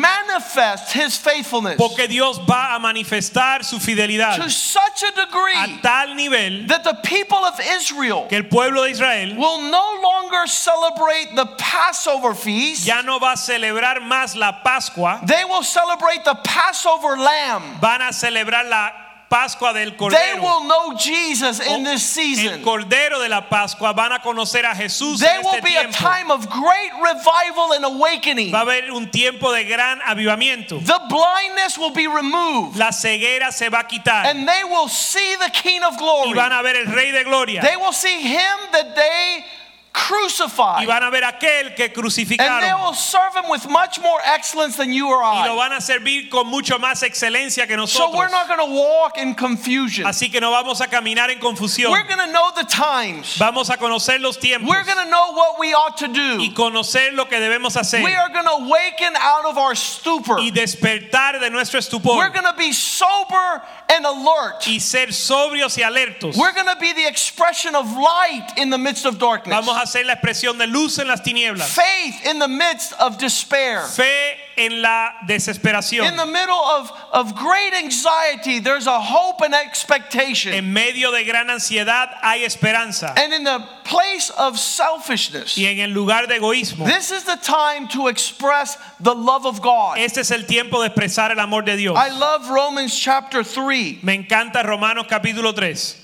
manifest his faithfulness
porque Dios va a manifestar su fidelidad
to such a
a
degree
tal nivel
that the people of Israel
que el pueblo de Israel
will no longer celebrate the Passover feast,
ya no va a celebrar más la Pascua,
they will celebrate the Passover lamb.
van a celebrar la Pascua del
They
Cordero. Oh,
will know Jesus in this
El
season.
Cordero de la Pascua van a conocer a Jesús
There
en
will
este
be a
tiempo.
time of great revival and awakening.
Va a haber un tiempo de gran avivamiento.
The blindness will be removed,
La ceguera se va a quitar.
and they will see the King of
y
glory.
van a ver el Rey de Gloria.
They will see him that they
y
crucified.
van a ver aquel que
And they
crucificaron.
will serve him with much more excellence than you or
Y lo
I.
van a servir con mucho más excelencia que nosotros.
So we're not going to walk in confusion.
Así que no vamos a caminar en confusión.
We're going to know the times.
Vamos a conocer los tiempos
We're going to know what we ought to
y
do.
conocer lo que debemos hacer
We are going to waken out of our stupor.
y despertar de nuestro
We're
estupor
going to be sober and alert.
y ser sobrios y alertos.
We're going to be the expression of light in the midst of darkness,
Vamos a hacer la expresión de luz en las tinieblas,
faith in the midst of despair.
fe en la desesperación.
In the middle of, of great anxiety, there's a hope and expectation.
En medio de gran ansiedad hay esperanza
And in the place of selfishness,
y en el lugar de egoísmo
This is the time to express the love of God.
Este es el tiempo de expresar el amor de Dios.
I love Romans chapter 3.
Me encanta Romanos capítulo 3,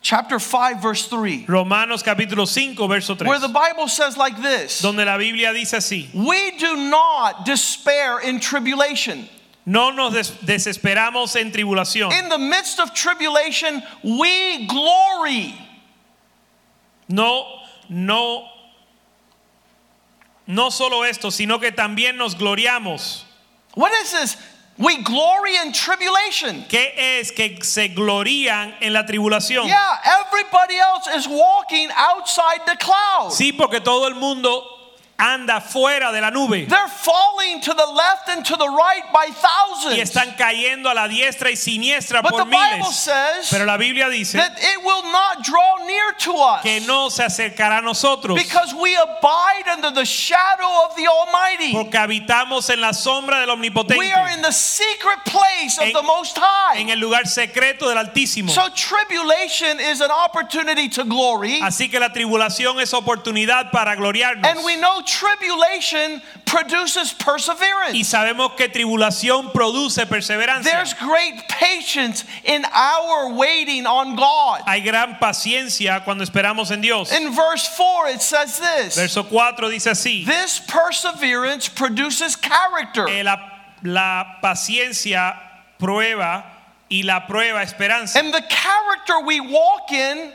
Chapter 5 verse 3.
Romanos capítulo 5, verso
Where the
3,
Bible says like this,
donde la Biblia dice así,
we do not despair in tribulation.
no nos des- desesperamos en tribulación,
In the midst of tribulation, we glory.
no, no, no solo esto, sino que también nos gloriamos.
What is this? We glory in tribulation.
¿Qué es que se glorían en la tribulación?
Yeah, everybody else is walking outside the cloud.
Sí, porque todo el mundo anda fuera de la nube
They're falling to the left and to the right by
y
thousands.
están cayendo a la diestra y siniestra
But the
por
Bible
miles.
says
Pero la Biblia dice
that it will not draw near to
que
us
no se acercará a nosotros
because we abide under the shadow of the Almighty.
porque habitamos en la sombra del
We are in
Omnipotente,
the secret place of
En-
the Most
en
High.
el lugar secreto del Altísimo.
So tribulation is an opportunity to glory.
Así que la tribulación es oportunidad para gloriarnos.
And we know tribulation produces
Y
perseverance.
sabemos que tribulación produce perseverancia.
There's great patience in our waiting on God.
Hay gran paciencia cuando esperamos en Dios.
In verse 4, it says this
Verso 4 dice así.
This perseverance produces character.
eh, la, la paciencia prueba y la prueba esperanza.
And the character we walk in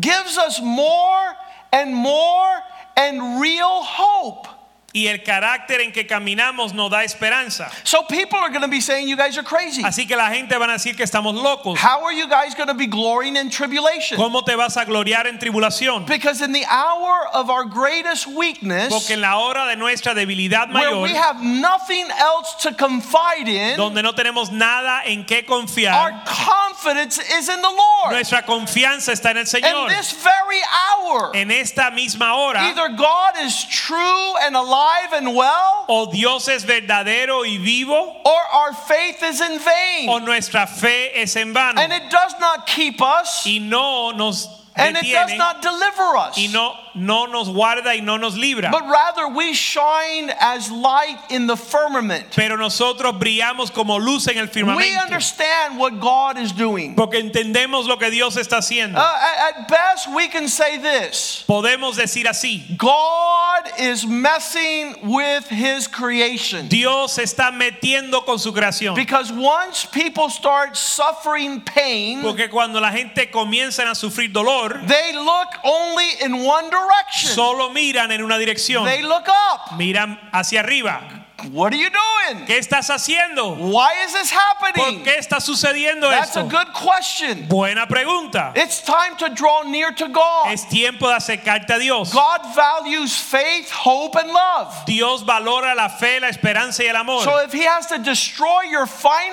gives us more and more and real hope.
Y el carácter en que caminamos nos da esperanza.
So people are going to be saying, You guys are crazy.
Así que la gente van a decir que estamos locos.
How are you guys going to be glorying in tribulation?
¿Cómo te vas a gloriar en tribulación?
Because in the hour of our greatest weakness,
Porque en la hora de nuestra debilidad
where
mayor,
we have nothing else to confide in,
donde no tenemos nada en qué confiar,
our confidence is in the Lord.
nuestra confianza está en el
In
Señor.
this very hour,
En esta misma hora,
either God is true and alive and well,
o Dios es verdadero y vivo,
or our faith is in
o
vain.
nuestra fe es en vano.
And it does not keep us,
Y no nos
and it does
detiene,
not deliver us.
y no, no nos guarda y no nos libra.
But rather, we shine as light in the firmament.
Pero nosotros brillamos como luz en el
We
firmamento.
understand what God is doing.
Porque entendemos lo que Dios está haciendo.
Uh, at at best, we can say this
Podemos decir así,
God is messing with his creation.
Dios se está metiendo con su creación.
Because once people start suffering pain,
Porque cuando la gente comienza a sufrir dolor,
they look only in one direction.
solo miran en una dirección.
They look up.
Miran hacia arriba.
What are you doing?
¿Qué estás haciendo?
Why is this
¿Por
happening?
qué está sucediendo
That's a
esto?
good question.
Buena pregunta.
It's time to draw near to God.
Es tiempo de acercarte a Dios.
God values faith, hope, and love.
Dios valora la fe, la esperanza y el
So
amor.
if He has to destroy your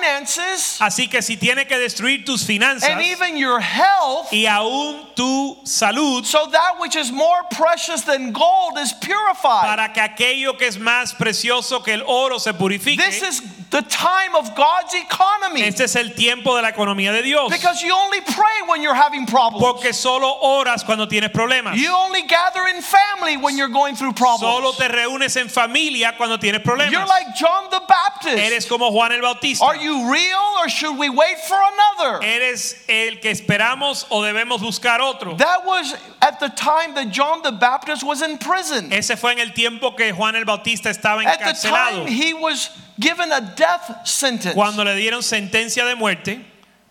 finances
Así que si tiene que destruir tus finanzas
and even your health,
y aún tu salud
so that which is more precious than gold is purified.
para que aquello que es más precioso que el oro se purifique,
This is the time of God's economy.
este es el tiempo de la economía de Dios.
Because you only pray when you're having problems.
Porque solo oras cuando tienes problemas.
You only gather in family when you're going through
Solo
problems.
te reúnes en familia cuando tienes
You're
problemas.
like John the Baptist.
Eres como Juan el Bautista.
Are you real or should we wait for
Eh.
another?
¿Eres el que esperamos o debemos buscar otro?
That was at the time that John the Baptist was in prison.
Ese fue en el tiempo que Juan el Bautista estaba
At the
encarcelado.
time he was given a death sentence.
Cuando le dieron sentencia de muerte,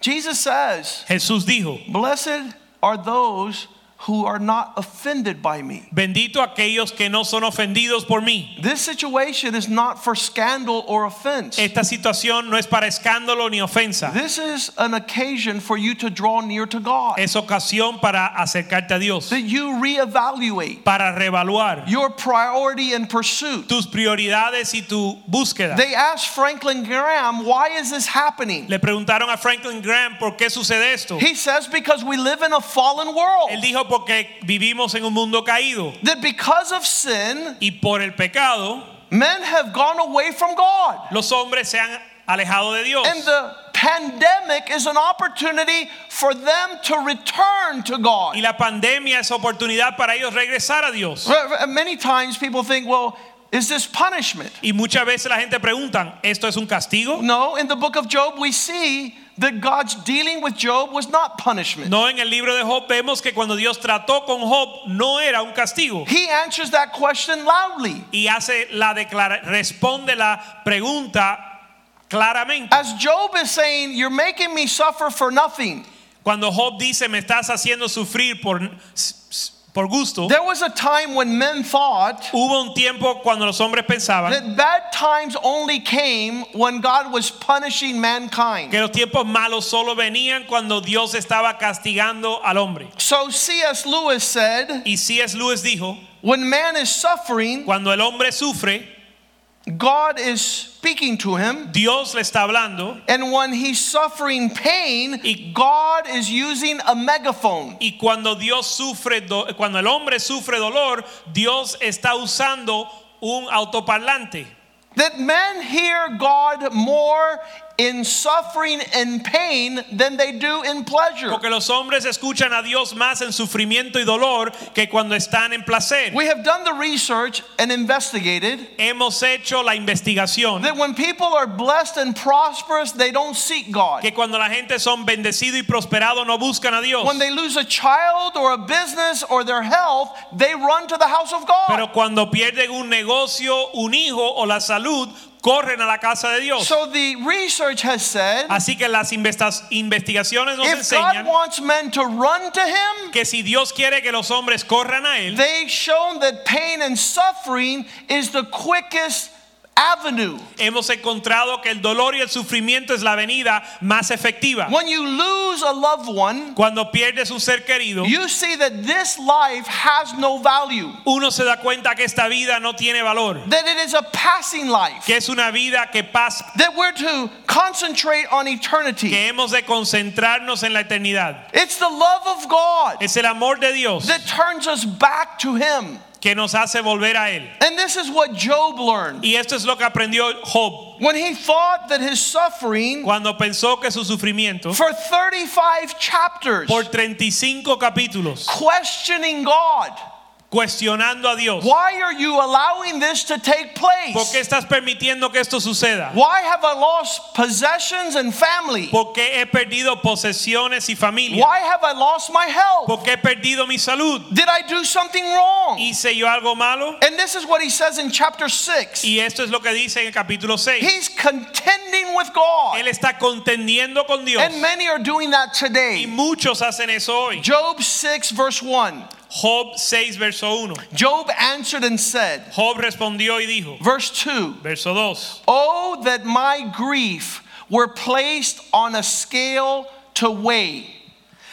Jesus says,
Jesús dijo,
Blessed are those who are not offended by me.
bendito aquellos que no son ofendidos por mí.
This situation is not for scandal or offense.
Esta situación no es para escándalo ni ofensa.
This is an occasion for you to draw near to God,
Es ocasión para acercarte a Dios,
that you reevaluate
para reevaluar
your priority and pursuit.
tus prioridades y tu búsqueda.
They asked Franklin Graham, why is this happening?
Le preguntaron a Franklin Graham por qué sucede esto.
He says, because we live in a fallen world.
Él dijo porque vivimos en un mundo caído
That because of sin,
y por el pecado
men have gone away from God.
los hombres se han alejado de Dios.
And the pandemic is an opportunity for them to return to God.
Y la pandemia es oportunidad para ellos regresar a Dios.
Re- re- Many times people think, well, is this punishment?
Y muchas veces la gente pregunta, ¿esto es un castigo?
No, in the book of Job, we see that God's dealing with Job was not punishment.
No, en el libro de Job vemos que cuando Dios trató con Job no era un castigo.
He answers that question loudly.
Y hace la declara responde la pregunta claramente.
As Job is saying, You're making me suffer for nothing.
Cuando Job dice, "Me estás haciendo sufrir por s- s- por gusto.
There was a time when men thought
Hubo un tiempo cuando los hombres pensaban
that bad times only came when God was punishing mankind.
que los tiempos malos solo venían cuando Dios estaba castigando al hombre.
So C.S. Lewis said,
Y C.S. Lewis dijo,
when man is suffering,
cuando el hombre sufre,
God is speaking to him.
Dios le está hablando
And when he's suffering pain,
Y-
God is using a megaphone.
y cuando Dios sufre do- cuando el hombre sufre dolor, Dios está usando un autoparlante.
That men hear God more in suffering and pain than they do in pleasure.
Porque los hombres escuchan a Dios más en sufrimiento y dolor que cuando están en placer.
We have done the research and investigated
Hemos hecho la investigación
that when people are blessed and prosperous, they don't seek God.
que cuando la gente son bendecido y prosperado no buscan a Dios.
When they lose a child or a business or their health, they run to the house of God.
Pero cuando pierden un negocio, un hijo o la salud, corren a la casa de Dios.
So the research has said
Así que las investa- investigaciones nos
if God
enseñan
wants men to run to Him,
que si Dios quiere que los hombres corran a Él,
they've shown that pain and suffering is the quickest avenue.
hemos encontrado que el dolor y el sufrimiento es la avenida más efectiva.
When you lose a loved one,
Cuando pierdes un ser querido,
you see that this life has no value,
uno se da cuenta que esta vida no tiene valor,
that it is a passing life.
que es una vida que pasa,
that we're to concentrate on eternity.
que hemos de concentrarnos en la eternidad.
It's the love of God
Es el amor de Dios
that turns us back to Him.
que nos hace volver a Él.
And this is what Job learned.
Y esto es lo que aprendió Job
When he thought that his suffering
cuando pensó que su sufrimiento
for 35 chapters,
por 35 capítulos
questioning God,
cuestionando a Dios.
why are you allowing this to take
¿Por qué
place?
estás permitiendo que esto suceda?
Why have I lost possessions and family?
¿Por qué he perdido posesiones y familia?
Why have I lost my health?
¿Por qué he perdido mi salud?
Did I do something wrong?
¿Hice yo algo malo?
And this is what he says in chapter 6.
Y esto es lo que dice en el capítulo 6.
He's contending with God.
Él está contendiendo con Dios.
And many are doing that
Y
today.
muchos hacen eso hoy.
Job 6, verse 1.
Job 6, verso 1.
Job answered and said,
Job respondió y dijo,
verse 2
verso 2,
Oh, that my grief were placed on a scale to weigh,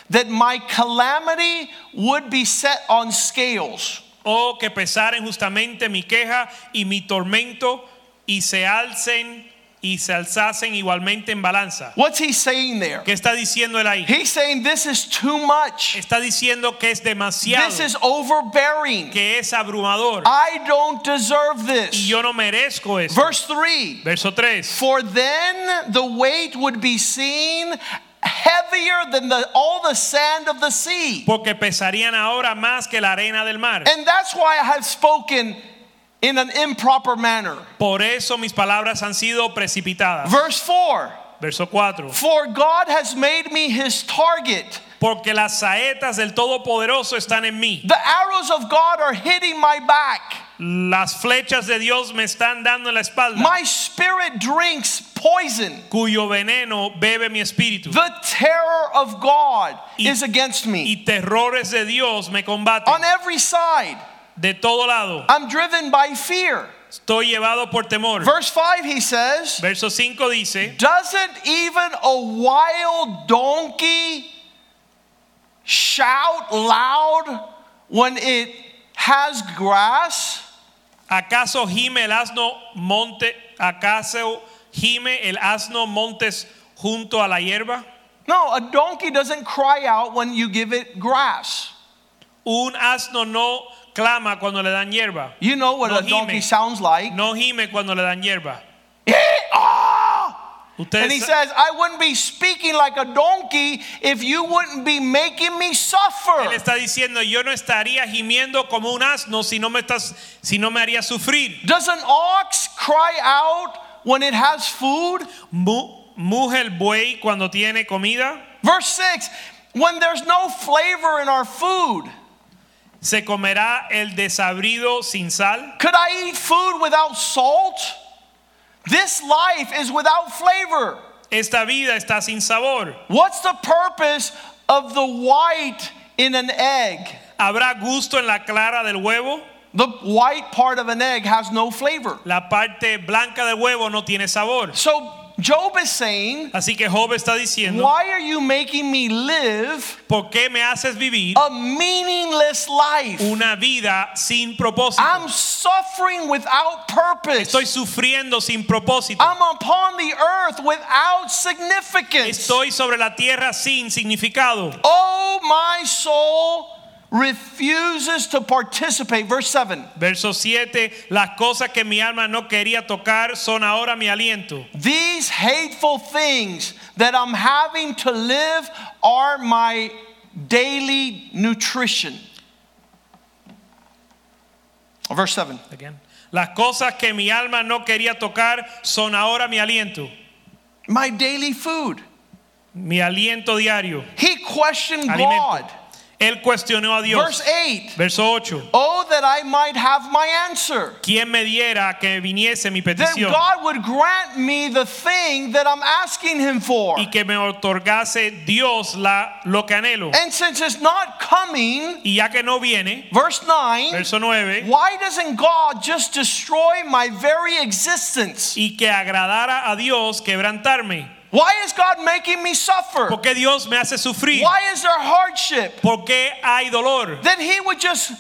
that my calamity would be set on scales.
oh que pesaren justamente mi queja y mi tormento y se alcen y se alzasen igualmente en balanza.
What's he saying there?
¿Qué está diciendo él ahí?
He's saying this is too much.
Está diciendo que es demasiado,
This is Ah. overbearing.
que es abrumador.
I don't deserve
Y
this.
yo no merezco eso.
Verse 3
Verso 3.
For then the weight would be seen heavier than the, all the sand of the sea.
Porque pesarían ahora más que la arena del mar.
And that's why I have spoken in an improper manner.
Por eso mis palabras han sido precipitadas.
Verse 4
Verso 4.
For God has made me his target.
Porque las saetas del Todopoderoso están en mí.
The arrows of God are hitting my back.
Las flechas de Dios me están dando en la espalda.
My spirit drinks poison.
cuyo veneno bebe mi espíritu.
The terror of God
Y-
is against me.
Y terrores de Dios me combaten.
On every side,
De todo lado.
I'm driven by fear.
Estoy llevado por temor.
Verse 5, he says,
Verso 5 dice,
Doesn't even a wild donkey shout loud when it has grass?
¿acaso gime el asno monte, acaso gime el asno montes junto a la hierba?
No, a donkey doesn't cry out when you give it grass.
Un asno no clama cuando le dan hierba.
You know what
No
a donkey
gime.
sounds like.
No gime cuando le dan hierba.
Ah! And he
Ustedes,
says, I wouldn't be speaking like a donkey if you wouldn't be making me
él
suffer.
está diciendo, yo no estaría gimiendo como un asno si no me estás si no me haría sufrir.
Does an ox cry out when it has food?
Mu- Muge el buey cuando tiene comida,
Verse 6 When there's no flavor in our food,
se comerá el desabrido sin sal.
Could I eat food without salt? This life is without flavor.
Esta vida está sin sabor.
What's the purpose of the white in an egg.
¿Habrá gusto en la clara del huevo?
The white part of an egg has no flavor.
La parte blanca del huevo no tiene sabor.
So Job is saying,
Así que Job está diciendo,
Why are you making me live
¿por qué me haces vivir
a meaningless life?
una vida sin propósito?
I'm suffering without purpose.
Estoy sufriendo sin propósito.
I'm upon the earth without significance.
Estoy sobre la tierra sin significado.
Oh, my soul refuses to participate. Verse 7.
Verso 7, las cosas que mi alma no quería tocar son ahora mi aliento.
These hateful things that I'm having to live are my daily nutrition. Verse 7.
Again. Las cosas que mi alma no quería tocar son ahora mi aliento,
My daily food.
mi aliento diario.
He questioned
Alimento.
God.
Él cuestionó a
Verse
Dios.
8.
Verso 8.
Oh, that I might have my answer.
¿Quién me diera que viniese mi
That
petición
God would grant me the thing that I'm asking Him for.
y que me otorgase Dios la, lo que anhelo?
And since it's not coming,
Y ya que no viene,
verse 9,
verso 9,
why doesn't God just destroy my very existence?
y que agradara a Dios quebrantarme.
Why is God making me suffer?
¿Por qué Dios me hace sufrir?
Why is there hardship?
¿Por qué hay dolor?
Then He would just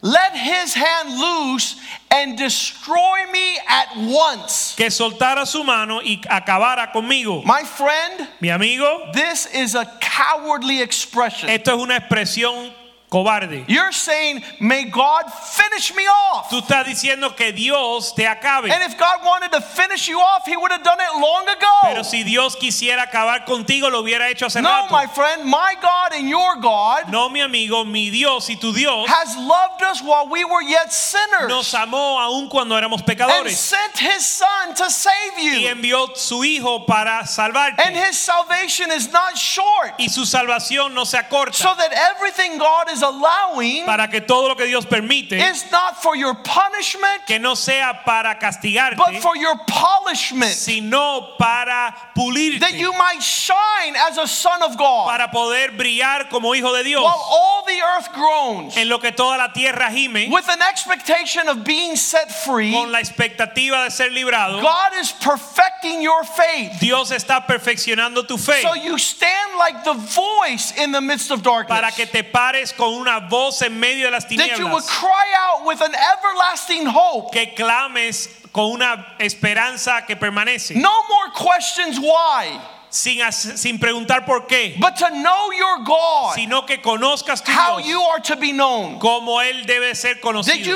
let His hand loose and destroy me at once.
Que soltara su mano y acabara conmigo.
My friend,
Mi amigo,
this is a cowardly expression.
esto es una expresión cobarde.
You're saying, may God finish me off.
Tú estás diciendo que Dios te acabe.
And if God wanted to finish you off, He would have done it long ago.
Pero si Dios quisiera acabar contigo, lo hubiera hecho hace
No,
rato.
my friend, my God and your God
No, mi amigo, mi Dios y tu Dios
has loved us while we were yet
nos
sinners
amó aún cuando éramos
and
pecadores
sent His Son to save
y
you.
envió su Hijo para
And
salvarte.
His salvation is not short,
Y su salvación no se
so
acorta
that everything God is allowing
para que todo lo que Dios permite
is not for your punishment,
que no sea para
but
castigarte,
for your polishment,
sino para
that
pulirte,
you might shine as a Son of God
para poder brillar como hijo de Dios,
while all the earth groans
en lo que toda la tierra gime,
with an expectation of being set free.
con la expectativa de ser librado.
God is perfecting your faith.
Dios está perfeccionando tu fe
So you stand like the voice in the midst of darkness.
para que te pares con una voz en medio de las
that you would
tinieblas,
cry out with an everlasting hope.
que clames con una esperanza que permanece,
No more questions why,
sin, hac- sin preguntar por qué,
but to know your God,
sino que conozcas tu
how you
Dios
are to be known.
como Él debe ser
That you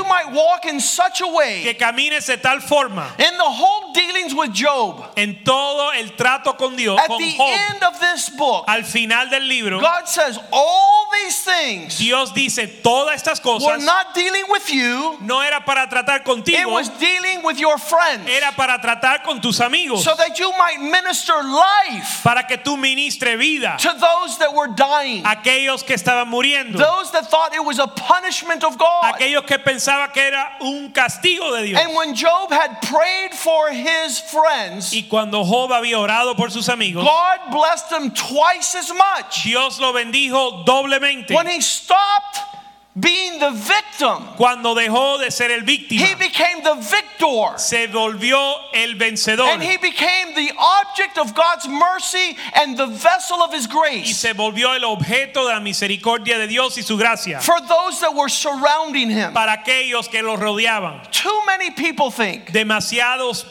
conocido,
might walk in such a
que
way
camines de tal forma
in the whole dealings with Job.
en todo el trato con Dios,
At
con
the
Job, Ah,
end of this book,
al final del libro,
God says all these things
Dios dice todas estas
were
cosas
not dealing with you,
no era para tratar
it
contigo,
was dealing with your friends.
era para tratar con tus amigos,
so that you might minister life
para que tú ministre vida
to those that were dying,
a aquellos que estaban muriendo,
those that thought it was a punishment of God.
aquellos que pensaban que era un castigo de Dios.
And when Job had prayed for his friends,
Y cuando Job había orado por sus amigos,
God blessed them twice as much.
Dios lo bendijo doblemente.
When he stopped being the victim,
Cuando dejó de ser el víctima,
he became the victor.
se volvió el vencedor
And he became the object of God's mercy and the vessel of his
y
grace
se volvió el objeto de la misericordia de Dios y su gracia
for those that were surrounding him.
para aquellos que lo rodeaban.
Too many people think
Demasiados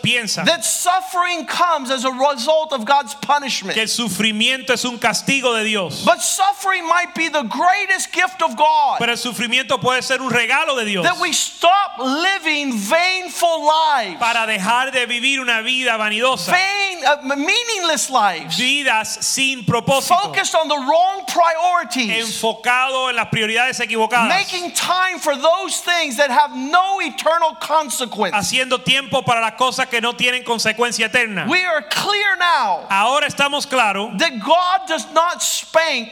piensan
that suffering comes as a result of God's punishment.
que el sufrimiento es un castigo de Dios.
But suffering might be the greatest gift of God.
Pero el sufrimiento puede ser un regalo de Dios
That we stop living vainful lives,
para dejar de vivir una vida vanidosa,
vain, uh, meaningless lives,
vidas sin propósito,
focused on the wrong priorities,
enfocado en las prioridades equivocadas,
making time for those things that have no eternal consequence.
haciendo tiempo para las cosas que no tienen consecuencia eterna.
We are clear now
Ahora estamos claros
that God does not spank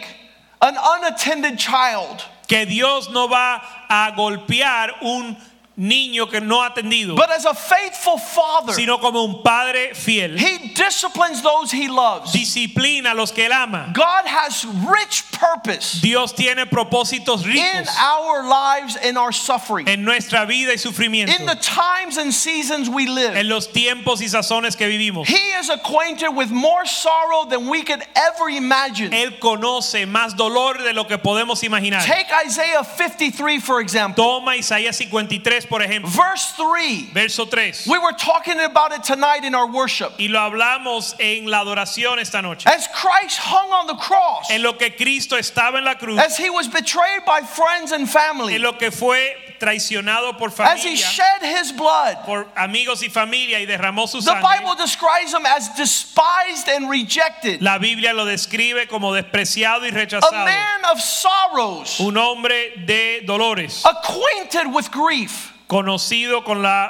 an unattended child.
que Dios no va a golpear un niño que no ha atendido,
but as a faithful father,
sino como un padre fiel.
he disciplines those he loves.
Disciplina a los que él ama.
God has rich purpose
Dios tiene propósitos
in
ricos
our lives and our suffering,
en nuestra vida y sufrimiento,
in the times and seasons we live.
en los tiempos y sazones que vivimos.
He is acquainted with more sorrow than we could ever imagine.
Él conoce más dolor de lo que podemos imaginar.
Take Isaiah 53, for example.
Toma Isaías 53, por ejemplo,
Verse 3.
verso 3.
We were talking about it tonight in our worship.
Y lo hablamos en la adoración esta noche.
As Christ hung on the cross,
En lo que Cristo estaba en la cruz,
as he was betrayed by friends and
en
family,
lo que fue traicionado por
as he
familia,
shed his blood,
por amigos y familia y derramó su
the
sangre.
Bible describes him as despised and rejected,
La Biblia lo describe como despreciado y
a
rechazado,
man of sorrows,
un hombre de dolores,
acquainted with grief.
conocido con la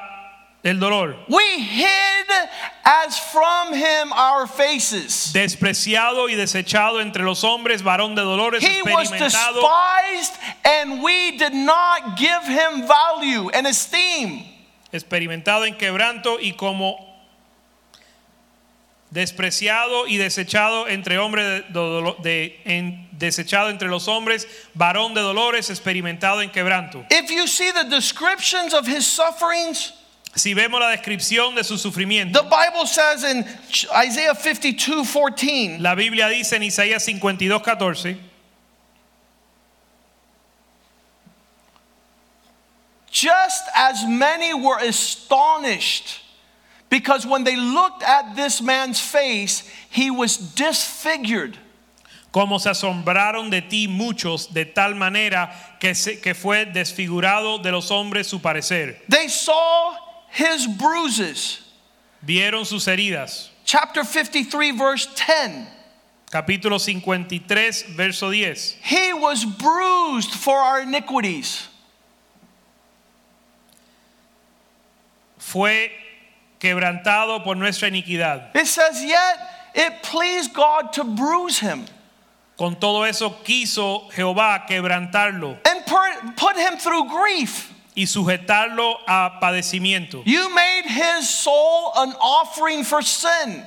el dolor,
We hid as from him our faces.
despreciado y desechado entre los hombres, varón de dolores,
He was
experimentado
despised, and we did not give him value and esteem.
experimentado en quebranto y como despreciado y desechado entre hombres de, dolo- de- en- desechado entre los hombres, varón de dolores, experimentado en quebranto.
If you see the descriptions of his sufferings,
Si vemos la descripción de su sufrimiento,
the Bible says in Ch- Isaiah 52 14,
la Biblia dice en Isaías 52, 14,
just as many were astonished, because when they looked at this man's face, he was disfigured.
como se asombraron de ti muchos de tal manera que, se- que fue desfigurado de los hombres su parecer.
They saw his bruises.
Vieron sus heridas.
Chapter 53, verse 10.
Capítulo 53, verso 10.
He was bruised for our iniquities.
fue quebrantado por nuestra iniquidad.
It says, yet it pleased God to bruise him
Con todo eso quiso Jehová quebrantarlo
and per- put him through grief.
y sujetarlo a padecimiento.
You made his soul an offering for sin.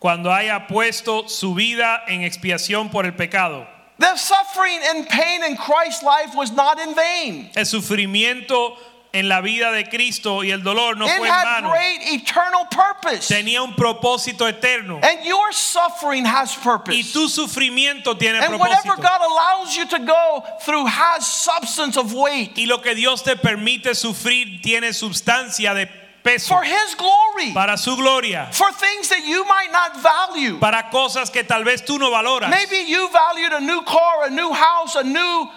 Cuando haya puesto su vida en expiación por el pecado.
The suffering and pain in Christ's life was not in vain.
El sufrimiento en la vida de Cristo y el dolor no
It
fue en
had
vano.
great eternal purpose.
Tenía un propósito eterno.
And your suffering has
Y
purpose.
tu sufrimiento tiene
And whatever
propósito.
God allows you to go through has substance of weight
Y lo que Dios te permite sufrir tiene sustancia de peso
for his glory,
para su gloria.
for things that you might not value.
para cosas que tal vez tú no valoras.
Maybe you valued a new car, a new house, a new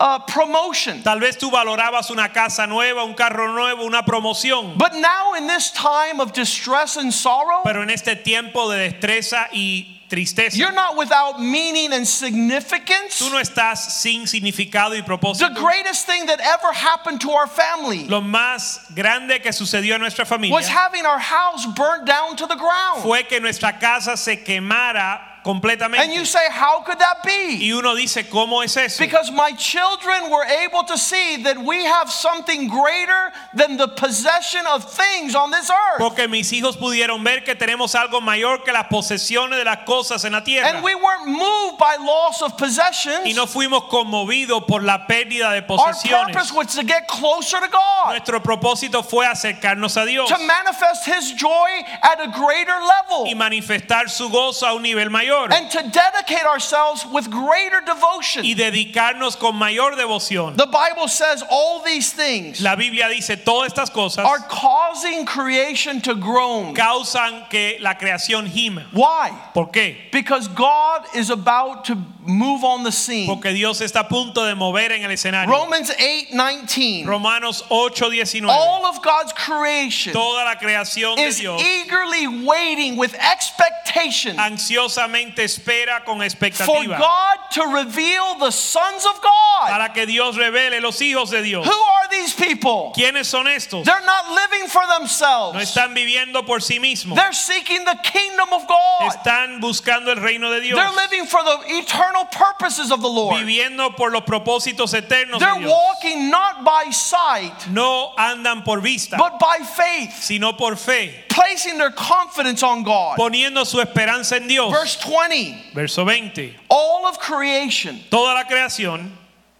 uh, promotion.
Tal vez tú valorabas una casa nueva, un carro nuevo, una promoción.
But now, in this time of distress and sorrow,
Pero en este tiempo de destreza y tristeza,
you're not without meaning and
tú
significance.
no estás sin significado y propósito.
The greatest thing that ever happened to our family
Lo más grande que sucedió a nuestra
was
familia
having our house burnt down to the ground.
fue que nuestra casa se quemara
And you
completamente.
say, How could that be?
Y uno dice, ¿cómo es eso?
Because my children were able to see that we have something greater than the possession of things on this earth.
Porque mis hijos pudieron ver que tenemos algo mayor que las posesiones de las cosas en la tierra.
And we weren't moved by loss of
Y
possessions.
no fuimos conmovidos por la pérdida de
Our
posesiones.
purpose was to get closer to God,
Nuestro propósito fue acercarnos a Dios
to manifest His joy at a greater
y
level,
manifestar su gozo a un nivel mayor
and to dedicate ourselves with greater
y
devotion.
dedicarnos con mayor devoción.
The Bible says all these things
La Biblia dice todas estas cosas
are causing creation to groan.
causan que la creación gima.
Why?
¿Por qué?
Because God is about to move on the scene.
Porque Dios está a punto de mover en el escenario.
Romans 8 19.
Romanos 8:19.
All of God's creation
Toda la creación de
is
Dios
eagerly waiting with expectation
solamente espera con
for
expectativa
God to reveal the sons of God.
para que Dios revele los hijos de Dios.
Who are these people?
¿Quiénes son estos?
They're not living for
No
themselves,
están viviendo por sí mismos.
they're seeking the kingdom of God.
Están buscando el reino de Dios.
They're living for the eternal purposes of the Lord.
Viviendo por los propósitos eternos de
They're
Dios.
walking not by sight,
No andan por vista,
but by faith,
sino por fe,
placing their confidence on God.
poniendo su esperanza en Dios.
Verse 20
Verso 20.
All of creation,
Toda la creación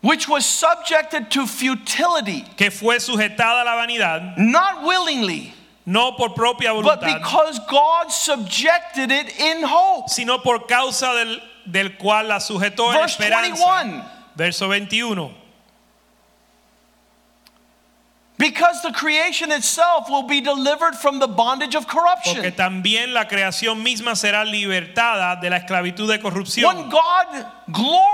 which was subjected to futility,
que fue sujetada a la vanidad,
not willingly,
no por propia
but
voluntad,
because God subjected it in hope.
sino por causa del, del cual la sujetó en
Verse
esperanza.
21
Verso 21.
Because the creation itself will be delivered from the bondage of
Porque
corruption.
también la creación misma será libertada de la esclavitud de
When
corrupción
God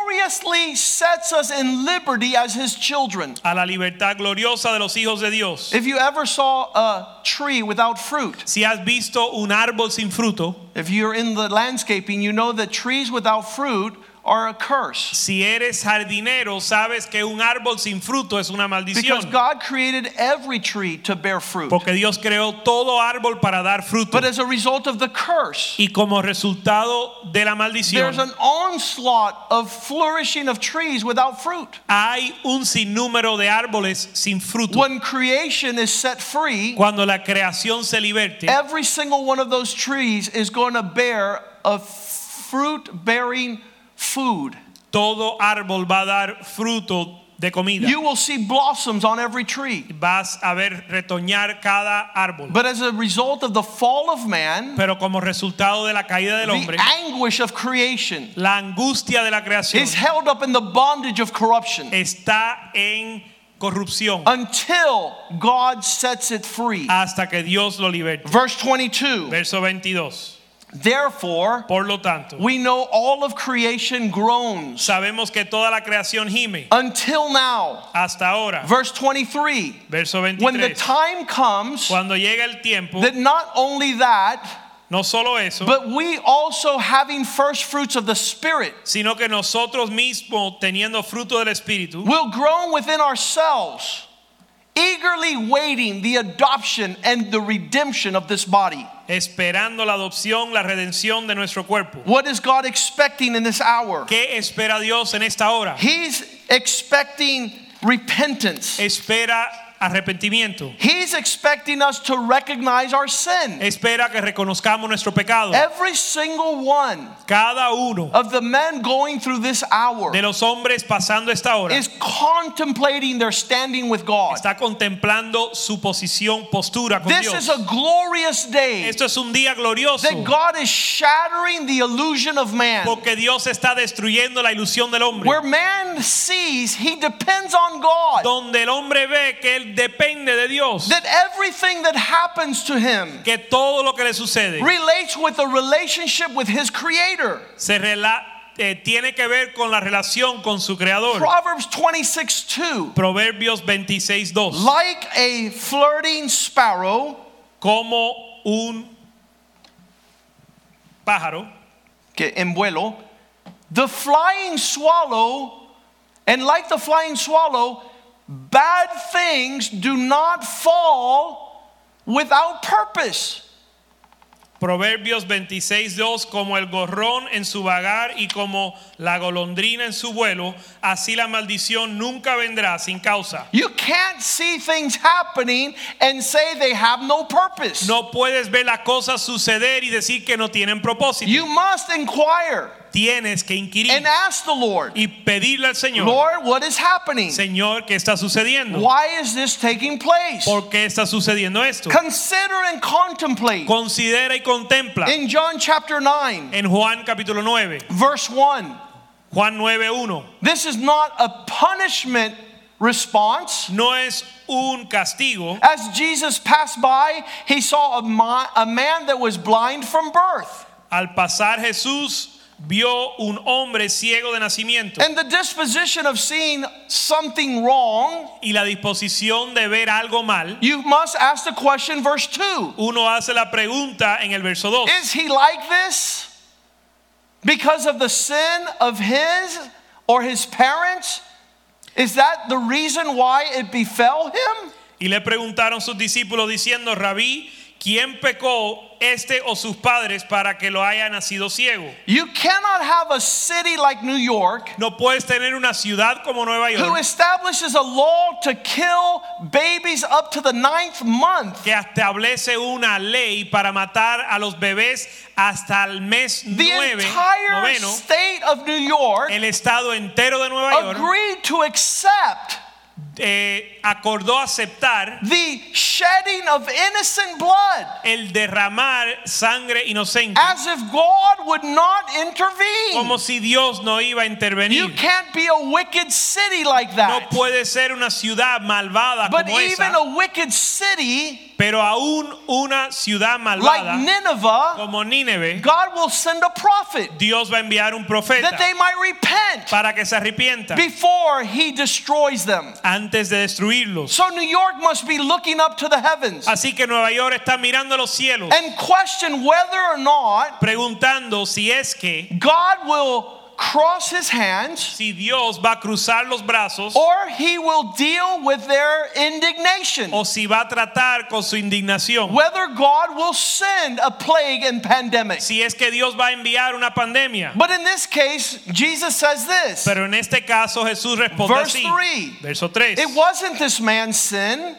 gloriously sets us in liberty as his children.
a la libertad gloriosa de los hijos de Dios.
If you ever saw a tree without fruit,
Si has visto un árbol sin fruto,
if you're in the landscaping, you know that trees without fruit are a curse.
si eres jardinero, sabes que un árbol sin fruto es una
Because
maldición.
God created every tree to bear fruit.
Porque Dios creó todo árbol para dar fruto.
But as a result of the curse,
Y como resultado de la
there's
maldición,
an onslaught of flourishing of trees without fruit.
hay un sinnúmero de árboles sin fruto.
When creation is set free,
Cuando la creación se liberte,
every single one of those trees is going to bear a fruit bearing food.
todo árbol va a dar fruto de comida.
You will see blossoms on every tree.
vas a ver retoñar cada árbol.
But as a result of the fall of man,
Pero como resultado de la caída del
the
hombre,
anguish of creation
la angustia de la creación
is held up in the bondage of corruption
está en corrupción
until God sets it free.
hasta que Dios lo liberte.
Verse 22
Verso 22.
Therefore,
Por lo tanto,
we know all of creation groans
sabemos que toda la creación gime
until now.
hasta ahora.
Verse 23
Verso
When the
23.
time comes,
Cuando llega el tiempo,
that not only that,
no solo eso,
but we also having first fruits of the Spirit
sino que nosotros mismos, teniendo fruto del Espíritu,
will groan within ourselves, eagerly waiting the adoption and the redemption of this body.
esperando la adopción, la redención de nuestro cuerpo.
What is God expecting in this hour?
¿Qué espera Dios en esta hora?
He's expecting repentance.
espera arrepentimiento.
He's expecting us to recognize our sin.
Espera que reconozcamos nuestro pecado.
Every single one
Cada uno
of the men going through this hour
de los hombres pasando esta hora
is contemplating their standing with God.
está contemplando su posición, postura con
This is
Dios.
a glorious day
Esto es un día glorioso
that God is shattering the illusion of man.
porque Dios está destruyendo la ilusión del hombre.
Where man sees he depends on God,
Donde el hombre ve que él depende de Dios,
that everything that happens to him
que todo lo que le sucede
relates with a relationship with his creator.
se rela- eh, tiene que ver con la relación con su creador.
Proverbs 26 2.
Proverbios 26:2.
Like a flirting sparrow,
Como un pájaro
que en vuelo, the flying swallow, and like the flying swallow, bad things do not fall without purpose.
Proverbios 26:2 como el gorrón en su vagar y como la golondrina en su vuelo, así la maldición nunca vendrá sin causa.
You can't see things happening and say they have no purpose.
No puedes ver las cosas suceder y decir que no tienen propósito.
You must inquire
Tienes que inquirir
and ask the Lord,
y pedirle al Señor,
Lord, what is happening?
Señor, ¿qué está sucediendo?
Why is this taking place?
¿Por qué está sucediendo esto?
Consider and contemplate.
Considera y contempla
In John chapter 9,
en Juan capítulo 9,
verse 1.
Juan 9:1.
This is not a punishment response.
No es un castigo
As Jesus passed by, he saw a, mi- a man that was blind from birth.
Al pasar Jesús vio un hombre ciego de nacimiento
And the disposition of seeing something wrong,
y la disposición de ver algo mal.
you must ask the question, verse 2
Uno hace la pregunta en el verso 2.
Is he like this? because of the sin of his or his parents? Is that the reason why it befell him?
Y le preguntaron sus discípulos diciendo, Rabí, ¿quién pecó, este o sus padres, para que lo haya nacido ciego?
You cannot have a city like New York
No puedes tener una ciudad como Nueva
who
York
establishes a law to kill babies up to the ninth month.
que establece una ley para matar a los bebés hasta el mes
The
nueve,
entire
noveno.
state of New York
El estado entero de Nueva York
agreed to accept
eh, acordó aceptar
the shedding of innocent blood
el derramar sangre inocente
as if God would not intervene.
como si Dios no iba a
You
intervenir.
can't be a wicked city like
No
that.
puede ser una ciudad malvada
But
como esa,
even a wicked city
pero aún una ciudad malvada
like Nineveh,
como Nínive,
God will send a prophet
Dios va a enviar un profeta
that they might repent.
para que se arrepientan
before he destroys them.
antes de destruirlos.
So New York must be looking up to the heavens
Así que Nueva York está mirando los cielos,
and question whether or not
preguntando si es que
God will cross his hands
si Dios va a cruzar los brazos
or he will deal with their indignation.
o si va a tratar con su indignación.
Whether God will send a plague and pandemic.
Si es que Dios va a enviar una pandemia.
But in this case, Jesus says this
Pero en este caso Jesús responde
Verse
así.
three.
Verso 3.
it wasn't this man's sin,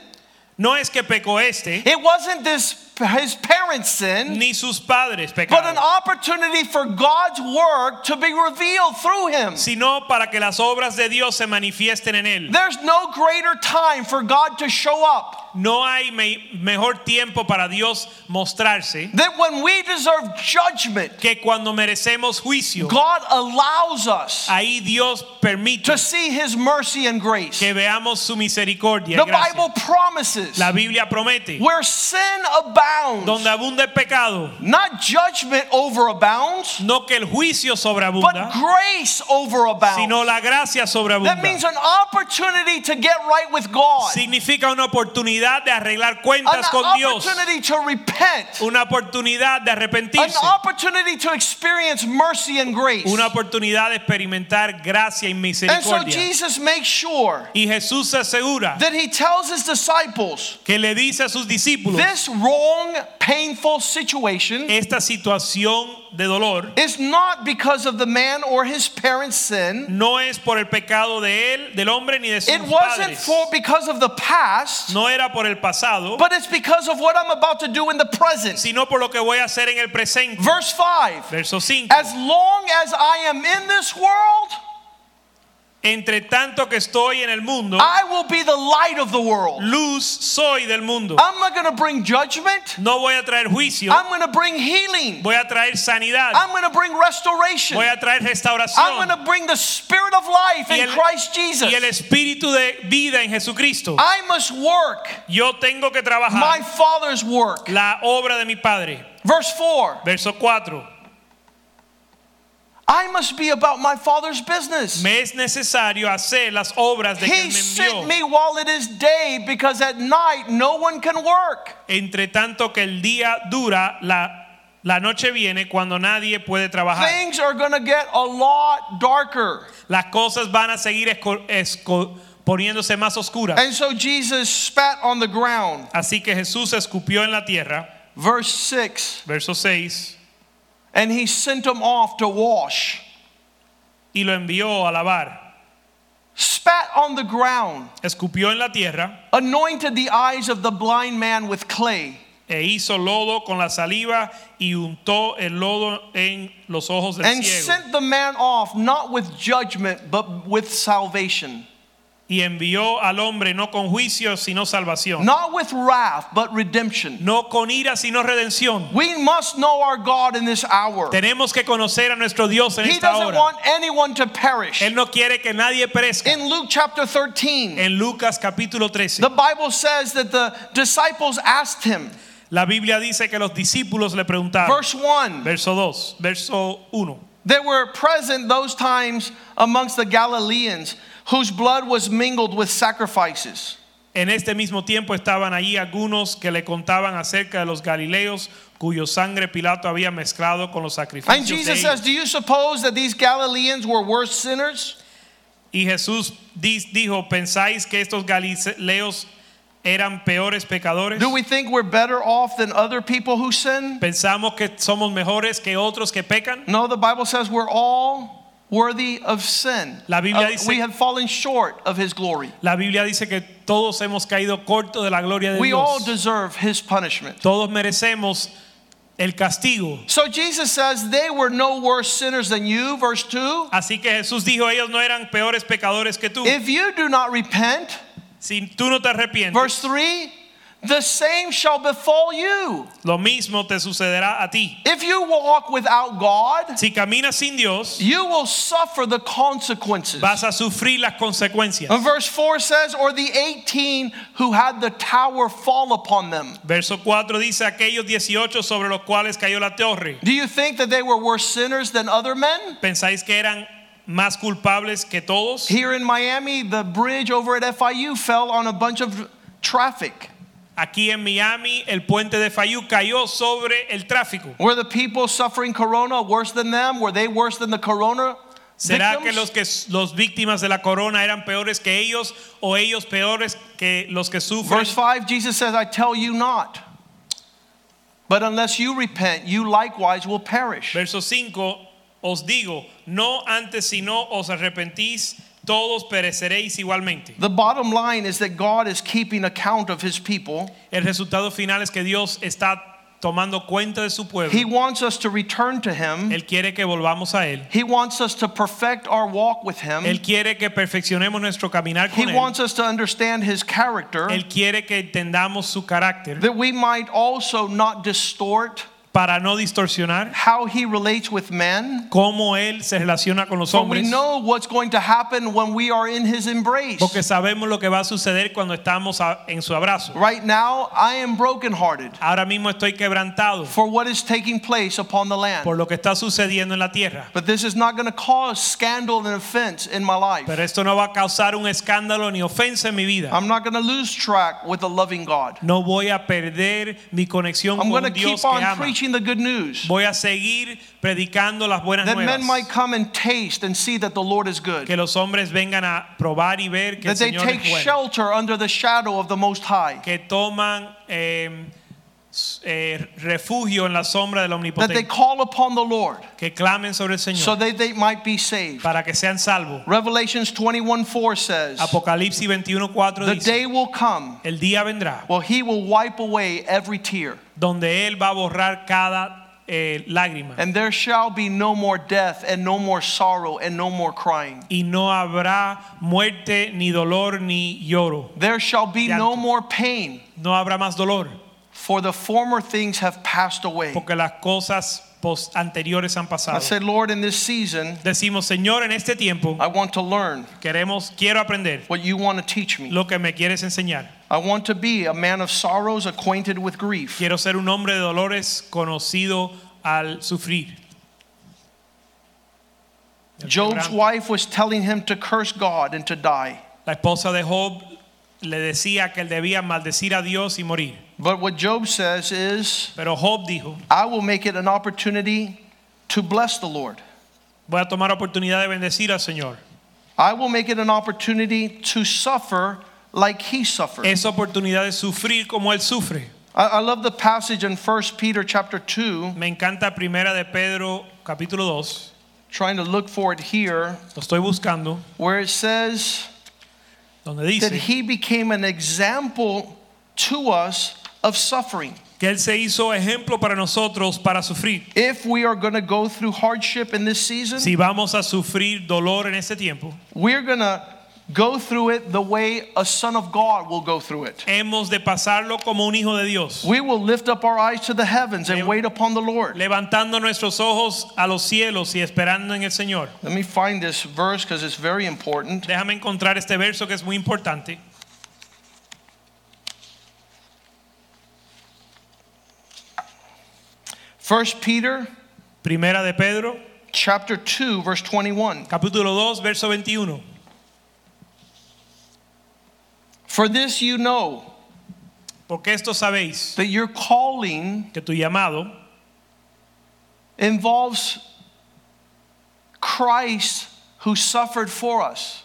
No es que pecó este
it wasn't this his parents' sin.
ni sus padres
But an
pecaron,
opportunity for God's work to be revealed through him.
sino para que las obras de Dios se manifiesten en él.
There's no greater time for God to show up
No hay me- mejor tiempo para Dios mostrarse
that when we deserve judgment,
que cuando merecemos juicio.
God allows us
Ahí Dios permite
to see his mercy and grace.
que veamos su misericordia. y
The
gracia.
Bible promises
La Biblia promete,
where sin abounds,
donde abunda el pecado,
not judgment overabounds,
no que el juicio
but
sobreabunda,
grace
sino
overabounds.
la gracia
That
sobreabunda.
means an opportunity to get right with God,
Significa una oportunidad de arreglar
an
cuentas con Dios,
opportunity to repent.
una oportunidad de
an
arrepentirse,
opportunity to experience mercy and grace.
una oportunidad de experimentar gracia y
And so
misericordia.
Jesus makes sure
Y Jesús se asegura
that he tells his disciples
que le dice a sus discípulos,
this wrong, painful situation
esta situación de dolor
is not because of the man or his parents' sin.
no es por el pecado de él, del hombre ni de sus
It wasn't
padres.
for because of the past,
No era por el pasado,
but it's because of what I'm about to do in the present.
sino por lo que voy a hacer en el presente.
Verse 5
Verso 5.
As long as I am in this world,
Entre tanto que estoy en el mundo,
I will be the light of the world.
luz soy del mundo.
I'm not going to bring judgment,
No voy a traer juicio,
I'm going to bring healing.
voy a traer sanidad,
I'm going to bring restoration.
voy a traer
I'm
restauración
going to bring the spirit of life
Y
in
el-
Christ Jesus.
y el espíritu de vida en Jesucristo.
I must work
Yo tengo que
my
trabajar
Father's work.
la obra de mi Padre.
Verse 4
Verso 4.
I must be about my Father's business.
Me es necesario hacer las obras de
He
quien
sent
me envió.
me while it is day because at night no one can work.
Entre tanto que el día dura, la, la noche viene cuando nadie puede trabajar.
Things are going to get a lot darker.
Las cosas van a seguir esco- esco- poniéndose más oscuras.
And so Jesus spat on the ground.
Así que Jesús escupió en la tierra,
Verse 6
verso 6,
And he sent them off to wash.
y lo envió a lavar.
Spat on the ground.
Escupió en la tierra
anointed the eyes of the blind man with clay,
e hizo lodo con la saliva y untó el lodo en los ojos del
and
ciego.
sent the man off not with judgment, but with salvation.
Y envió al hombre no con juicio, sino salvación.
Not with wrath, but redemption.
No con ira, sino redención.
We must know our God in this hour.
Tenemos que conocer a nuestro Dios en
He
esta
doesn't
hora.
want anyone to perish.
Él no quiere que nadie perezca.
In Luke chapter 13,
En Lucas capítulo 13.
the Bible says that the disciples asked him,
La Biblia dice que los discípulos le preguntaron,
verse 1,
verso 2, verso 1.
there were present those times amongst the Galileans whose blood was mingled with sacrifices.
En este mismo tiempo estaban allí algunos que le contaban acerca de los galileos cuyo sangre Pilato había mezclado con los sacrificios.
And
de
Jesus
ellos.
says, Do you suppose that these Galileans were worse sinners?
Y Jesús di- dijo, ¿pensáis que estos galileos eran peores pecadores?
Do we think we're better off than other people who sin?
¿Pensamos que somos mejores que otros que pecan?
No, the Bible says we're all worthy of sin.
La Biblia
Uh,
dice-
we have fallen short of his glory.
La Biblia dice que todos hemos caído corto de la gloria de
We all
Dios.
deserve his punishment.
Todos merecemos el castigo.
So Jesus says they were no worse sinners than you, verse 2.
Así que Jesús dijo, ellos no eran peores pecadores que tú.
If you do not repent,
si tú no te arrepientes,
verse 3, the same shall befall you.
lo mismo te sucederá a ti.
If you walk without God,
Si caminas sin Dios,
you will suffer the consequences.
vas a sufrir las consecuencias.
And verse 4 says, Or the 18 who had the tower fall upon them.
Verso 4 dice, aquellos 18 sobre los cuales cayó la torre.
Do you think that they were worse sinners than other men?
¿Pensáis que eran más culpables que todos?
Here in Miami, the bridge over at FIU fell on a bunch of traffic
Aquí en Miami, el puente de Fayú cayó sobre el tráfico.
Were the people suffering corona worse than them? Were they worse than the corona?
¿Será que
victims?
los que los víctimas de la corona eran peores que ellos o ellos peores que los que sufren?
Verse 5 Jesus says, I tell you not. But unless you repent, you likewise will perish.
Verso 5, os digo, no antes si no os arrepentís, todos pereceréis igualmente.
The bottom line is that God is keeping account of his people.
El resultado final es que Dios está tomando cuenta de su pueblo.
He wants us to return to him.
Él quiere que volvamos a él.
He wants us to perfect our walk with him.
Él quiere que perfeccionemos nuestro caminar
He
con él.
wants us to understand his character
Él quiere que entendamos su carácter
that we might also not distort
para no distorsionar
how he relates with men.
cómo él se relaciona con los
So we
hombres.
know what's going to happen when we are in his embrace.
Porque sabemos lo que va a suceder cuando estamos a- en su abrazo.
Right now, I am brokenhearted
Ahora mismo estoy quebrantado
for what is taking place upon the land.
por lo que está sucediendo en la tierra.
But this is not going to cause scandal and offense in my life.
Pero esto no va a causar un escándalo ni ofensa en mi vida.
I'm not going to lose track with a loving God.
No voy a perder mi conexión
I'm
con
going
un
to keep
Dios que
on
ama.
preaching the good news
Voy a seguir predicando las buenas
that men might
nuevas.
come and taste and see that the Lord is
Que
good,
los hombres vengan a probar y ver que el
that they
Señor
take
es bueno.
shelter under the shadow of the Most High,
Que toman eh, s- eh, refugio en la sombra del
that they
Omnipotente.
call upon the Lord
Que clamen sobre el Señor
so that they might be saved.
para que sean salvos.
Revelations 21 4 says,
Apocalipsis 21:4
The
dice,
day will come
el día vendrá
well, he will wipe away every tear,
donde él va a borrar cada eh, lágrima
and there shall be no more death, and no more sorrow, and no more crying.
y no habrá muerte ni dolor ni lloro.
There shall be no more pain,
No habrá más dolor
for the former things have passed away.
porque las cosas pos- anteriores han
I
pasado.
said, Lord, in this season,
Decimos, Señor, en este tiempo
I want to learn
queremos quiero aprender
what you want to teach me.
lo que me quieres enseñar.
I want to be a man of sorrows, acquainted with grief.
Quiero ser un hombre de dolores conocido al sufrir. El
Job's
quebranto.
wife was telling him to curse God and to die.
La esposa de Job le decía que él debía maldecir a Dios y morir.
But what Job says is,
Pero Job dijo,
I will make it an opportunity to bless the Lord.
voy a tomar oportunidad de bendecir al Señor.
I will make it an opportunity to suffer like he suffered.
Esa oportunidad de sufrir como él sufre.
I, I love the passage in 1 Peter chapter 2,
Me encanta primera de Pedro capítulo 2.
trying to look for it here,
Lo estoy buscando.
where it says
Donde
that
dice
he became an example to us of suffering.
que él se hizo ejemplo para nosotros para sufrir.
If we are going to go through hardship in this season,
Si vamos a sufrir dolor en este tiempo,
we're going to go through it the way a son of God will go through it.
hemos de pasarlo como un hijo de Dios,
We will lift up our eyes to the heavens and wait upon the Lord.
levantando nuestros ojos a los cielos y esperando en el Señor.
Let me find this verse because it's very important.
Déjame encontrar este verso que es muy importante.
First Peter
Primera de Pedro,
chapter 2 verse 21
capítulo 2, verso 21.
For this you know
Porque esto sabéis
that your calling
que tu llamado
involves Christ who suffered for us,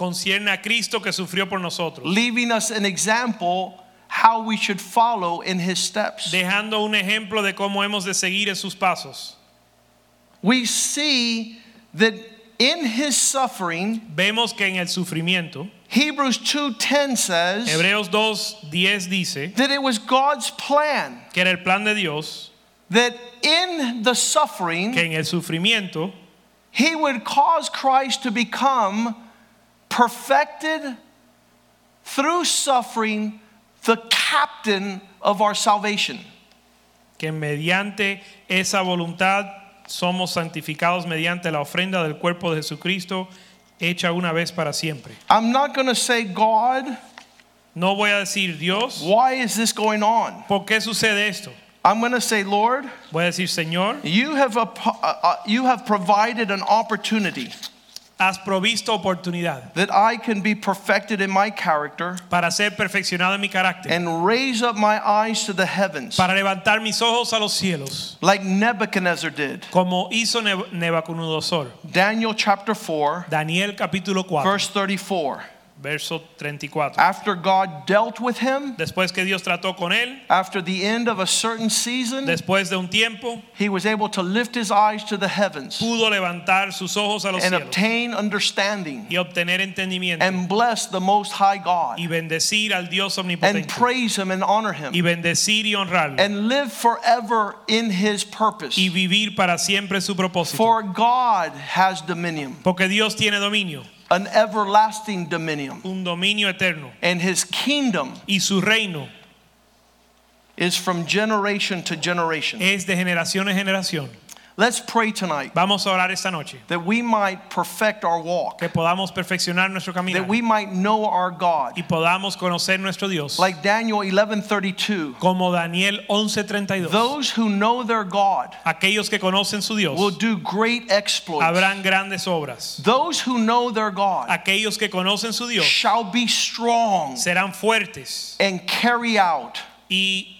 concierne a Cristo que sufrió por nosotros,
leaving us an example how we should follow in his steps.
dejando un ejemplo de cómo hemos de seguir en sus pasos.
We see that in his suffering,
Vemos que en el sufrimiento,
Hebrews 2:10 says
Hebreos 2:10 dice
that it was God's plan
que era el plan de Dios
that in the suffering
que en el sufrimiento
he would cause Christ to become perfected through suffering, the captain of our salvation.
que mediante esa voluntad somos santificados mediante la ofrenda del cuerpo de Jesucristo hecha una vez para siempre.
I'm not going to say, God,
No voy a decir Dios,
why is this going on?
¿por qué sucede esto?
I'm going to say, Lord,
Voy a decir, Señor,
you have, a, uh, uh, you have provided an opportunity
has provisto oportunidad
that I can be perfected in my character
para ser perfeccionado en mi carácter,
and raise up my eyes to the heavens
para levantar mis ojos a los cielos,
like Nebuchadnezzar did.
como hizo Neb- Nabucodonosor.
Daniel chapter 4,
Daniel capítulo 4,
verse 34.
verso 34.
After God dealt with him,
Después que Dios trató con él,
after the end of a certain season,
después de un tiempo,
he was able to lift his eyes to the heavens
pudo levantar sus ojos a los
and
cielos.
obtain understanding
y obtener entendimiento
and bless the Most High God
y bendecir al Dios
and
omnipotente
praise him and honor
y
him
bendecir y honrarlo
and live forever in his purpose.
y vivir para siempre su propósito
For God has dominion,
porque Dios tiene dominio
an everlasting dominion,
un dominio eterno
and his kingdom
y su reino
is from generation to generation.
es de generación en generación
Let's pray tonight
vamos a orar esta noche
that we might perfect our walk,
que podamos perfeccionar nuestro camino
that we might know our God.
y podamos conocer nuestro Dios
like Daniel 11:32
como Daniel 11:32
those who know their God
aquellos que conocen su Dios
will do great exploits
habrán grandes obras
those who know their God
aquellos que conocen su Dios
shall be strong
serán fuertes
and carry out
y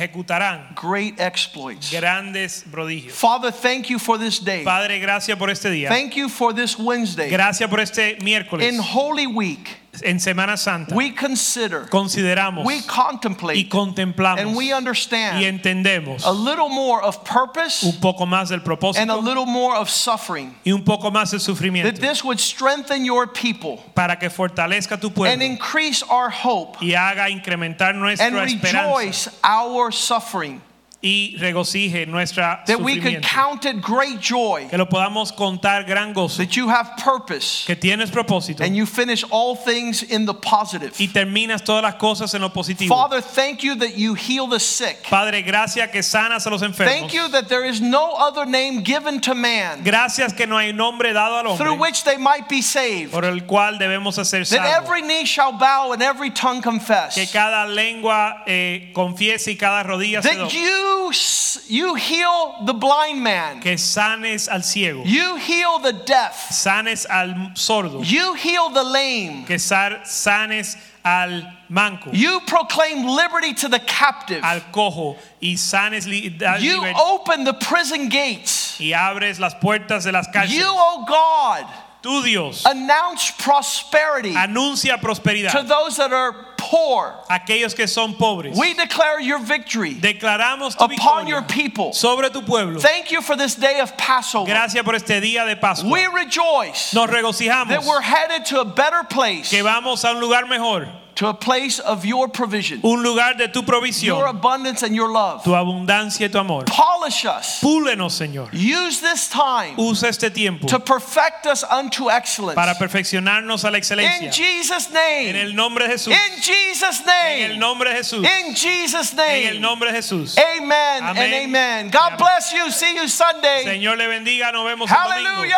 ejecutarán
great exploits
grandes prodigios.
Father thank you for this day
Padre, gracias por este día.
thank you for this Wednesday
Gracias por este miércoles.
in Holy Week
En Semana Santa
we consider
consideramos
we
y
contemplate and
contemplamos
we
y
understand
entendemos
a little more of purpose
un poco más del
and a
propósito
little more of suffering
y un poco más del
that
sufrimiento
this would strengthen your people
para que fortalezca tu
and
pueblo
increase our hope
y haga incrementar
and
nuestra esperanza
rejoice our suffering
y regocije nuestra
that we could
sufrimiento.
count it great joy
Que lo podamos contar gran gozo,
that you have purpose
que tienes propósito
and you finish all things in the positive
y terminas todas las cosas en lo positivo.
father thank you that you heal the sick
Padre, gracias que sanas a los enfermos.
thank you that there is no other name given to man
Gracias que no hay nombre dado al
through
hombre
which they might be saved
por el cual debemos hacer
that
salvos.
every knee shall bow and every tongue
Que
confess
cada lengua eh, confiese y cada rodilla se
that
doble.
you s- you heal the blind man
Que sanes al ciego,
you heal the deaf
sanes al sordo,
you heal the lame
que sar- sanes al manco,
You proclaim liberty to the captive.
al cojo y sanes li- al
You
liber-
open the prison gates.
y abres las puertas de las
You,
cárceles.
O God,
Tú Dios
announce prosperity
anuncia
to
prosperidad
those that are poor.
a aquellos que son pobres.
We declare your victory
Declaramos tu
upon your
victoria
people.
sobre tu pueblo.
Thank you for this day of Passover.
Gracias por este día de Pascua.
We rejoice
Nos
that
regocijamos
we're headed to a better place,
que vamos a un lugar mejor,
to a place of your provision,
un lugar de tu
your
provisión,
abundance, and your love.
tu abundancia y tu amor.
Polish us.
Púlenos, Señor.
Use this time
Usa este tiempo
to perfect us unto
para
excellence.
perfeccionarnos a la
In
excelencia.
Jesus'
En
name.
el nombre de Jesús.
In Jesus'
En el
name.
nombre de Jesús.
In Jesus'
En el
name.
nombre de Jesús.
Amen and
Amén.
amen. God
Amén.
bless you. See you Sunday.
Señor le bendiga. Nos vemos el domingo.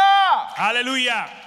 Hallelujah.
Aleluya.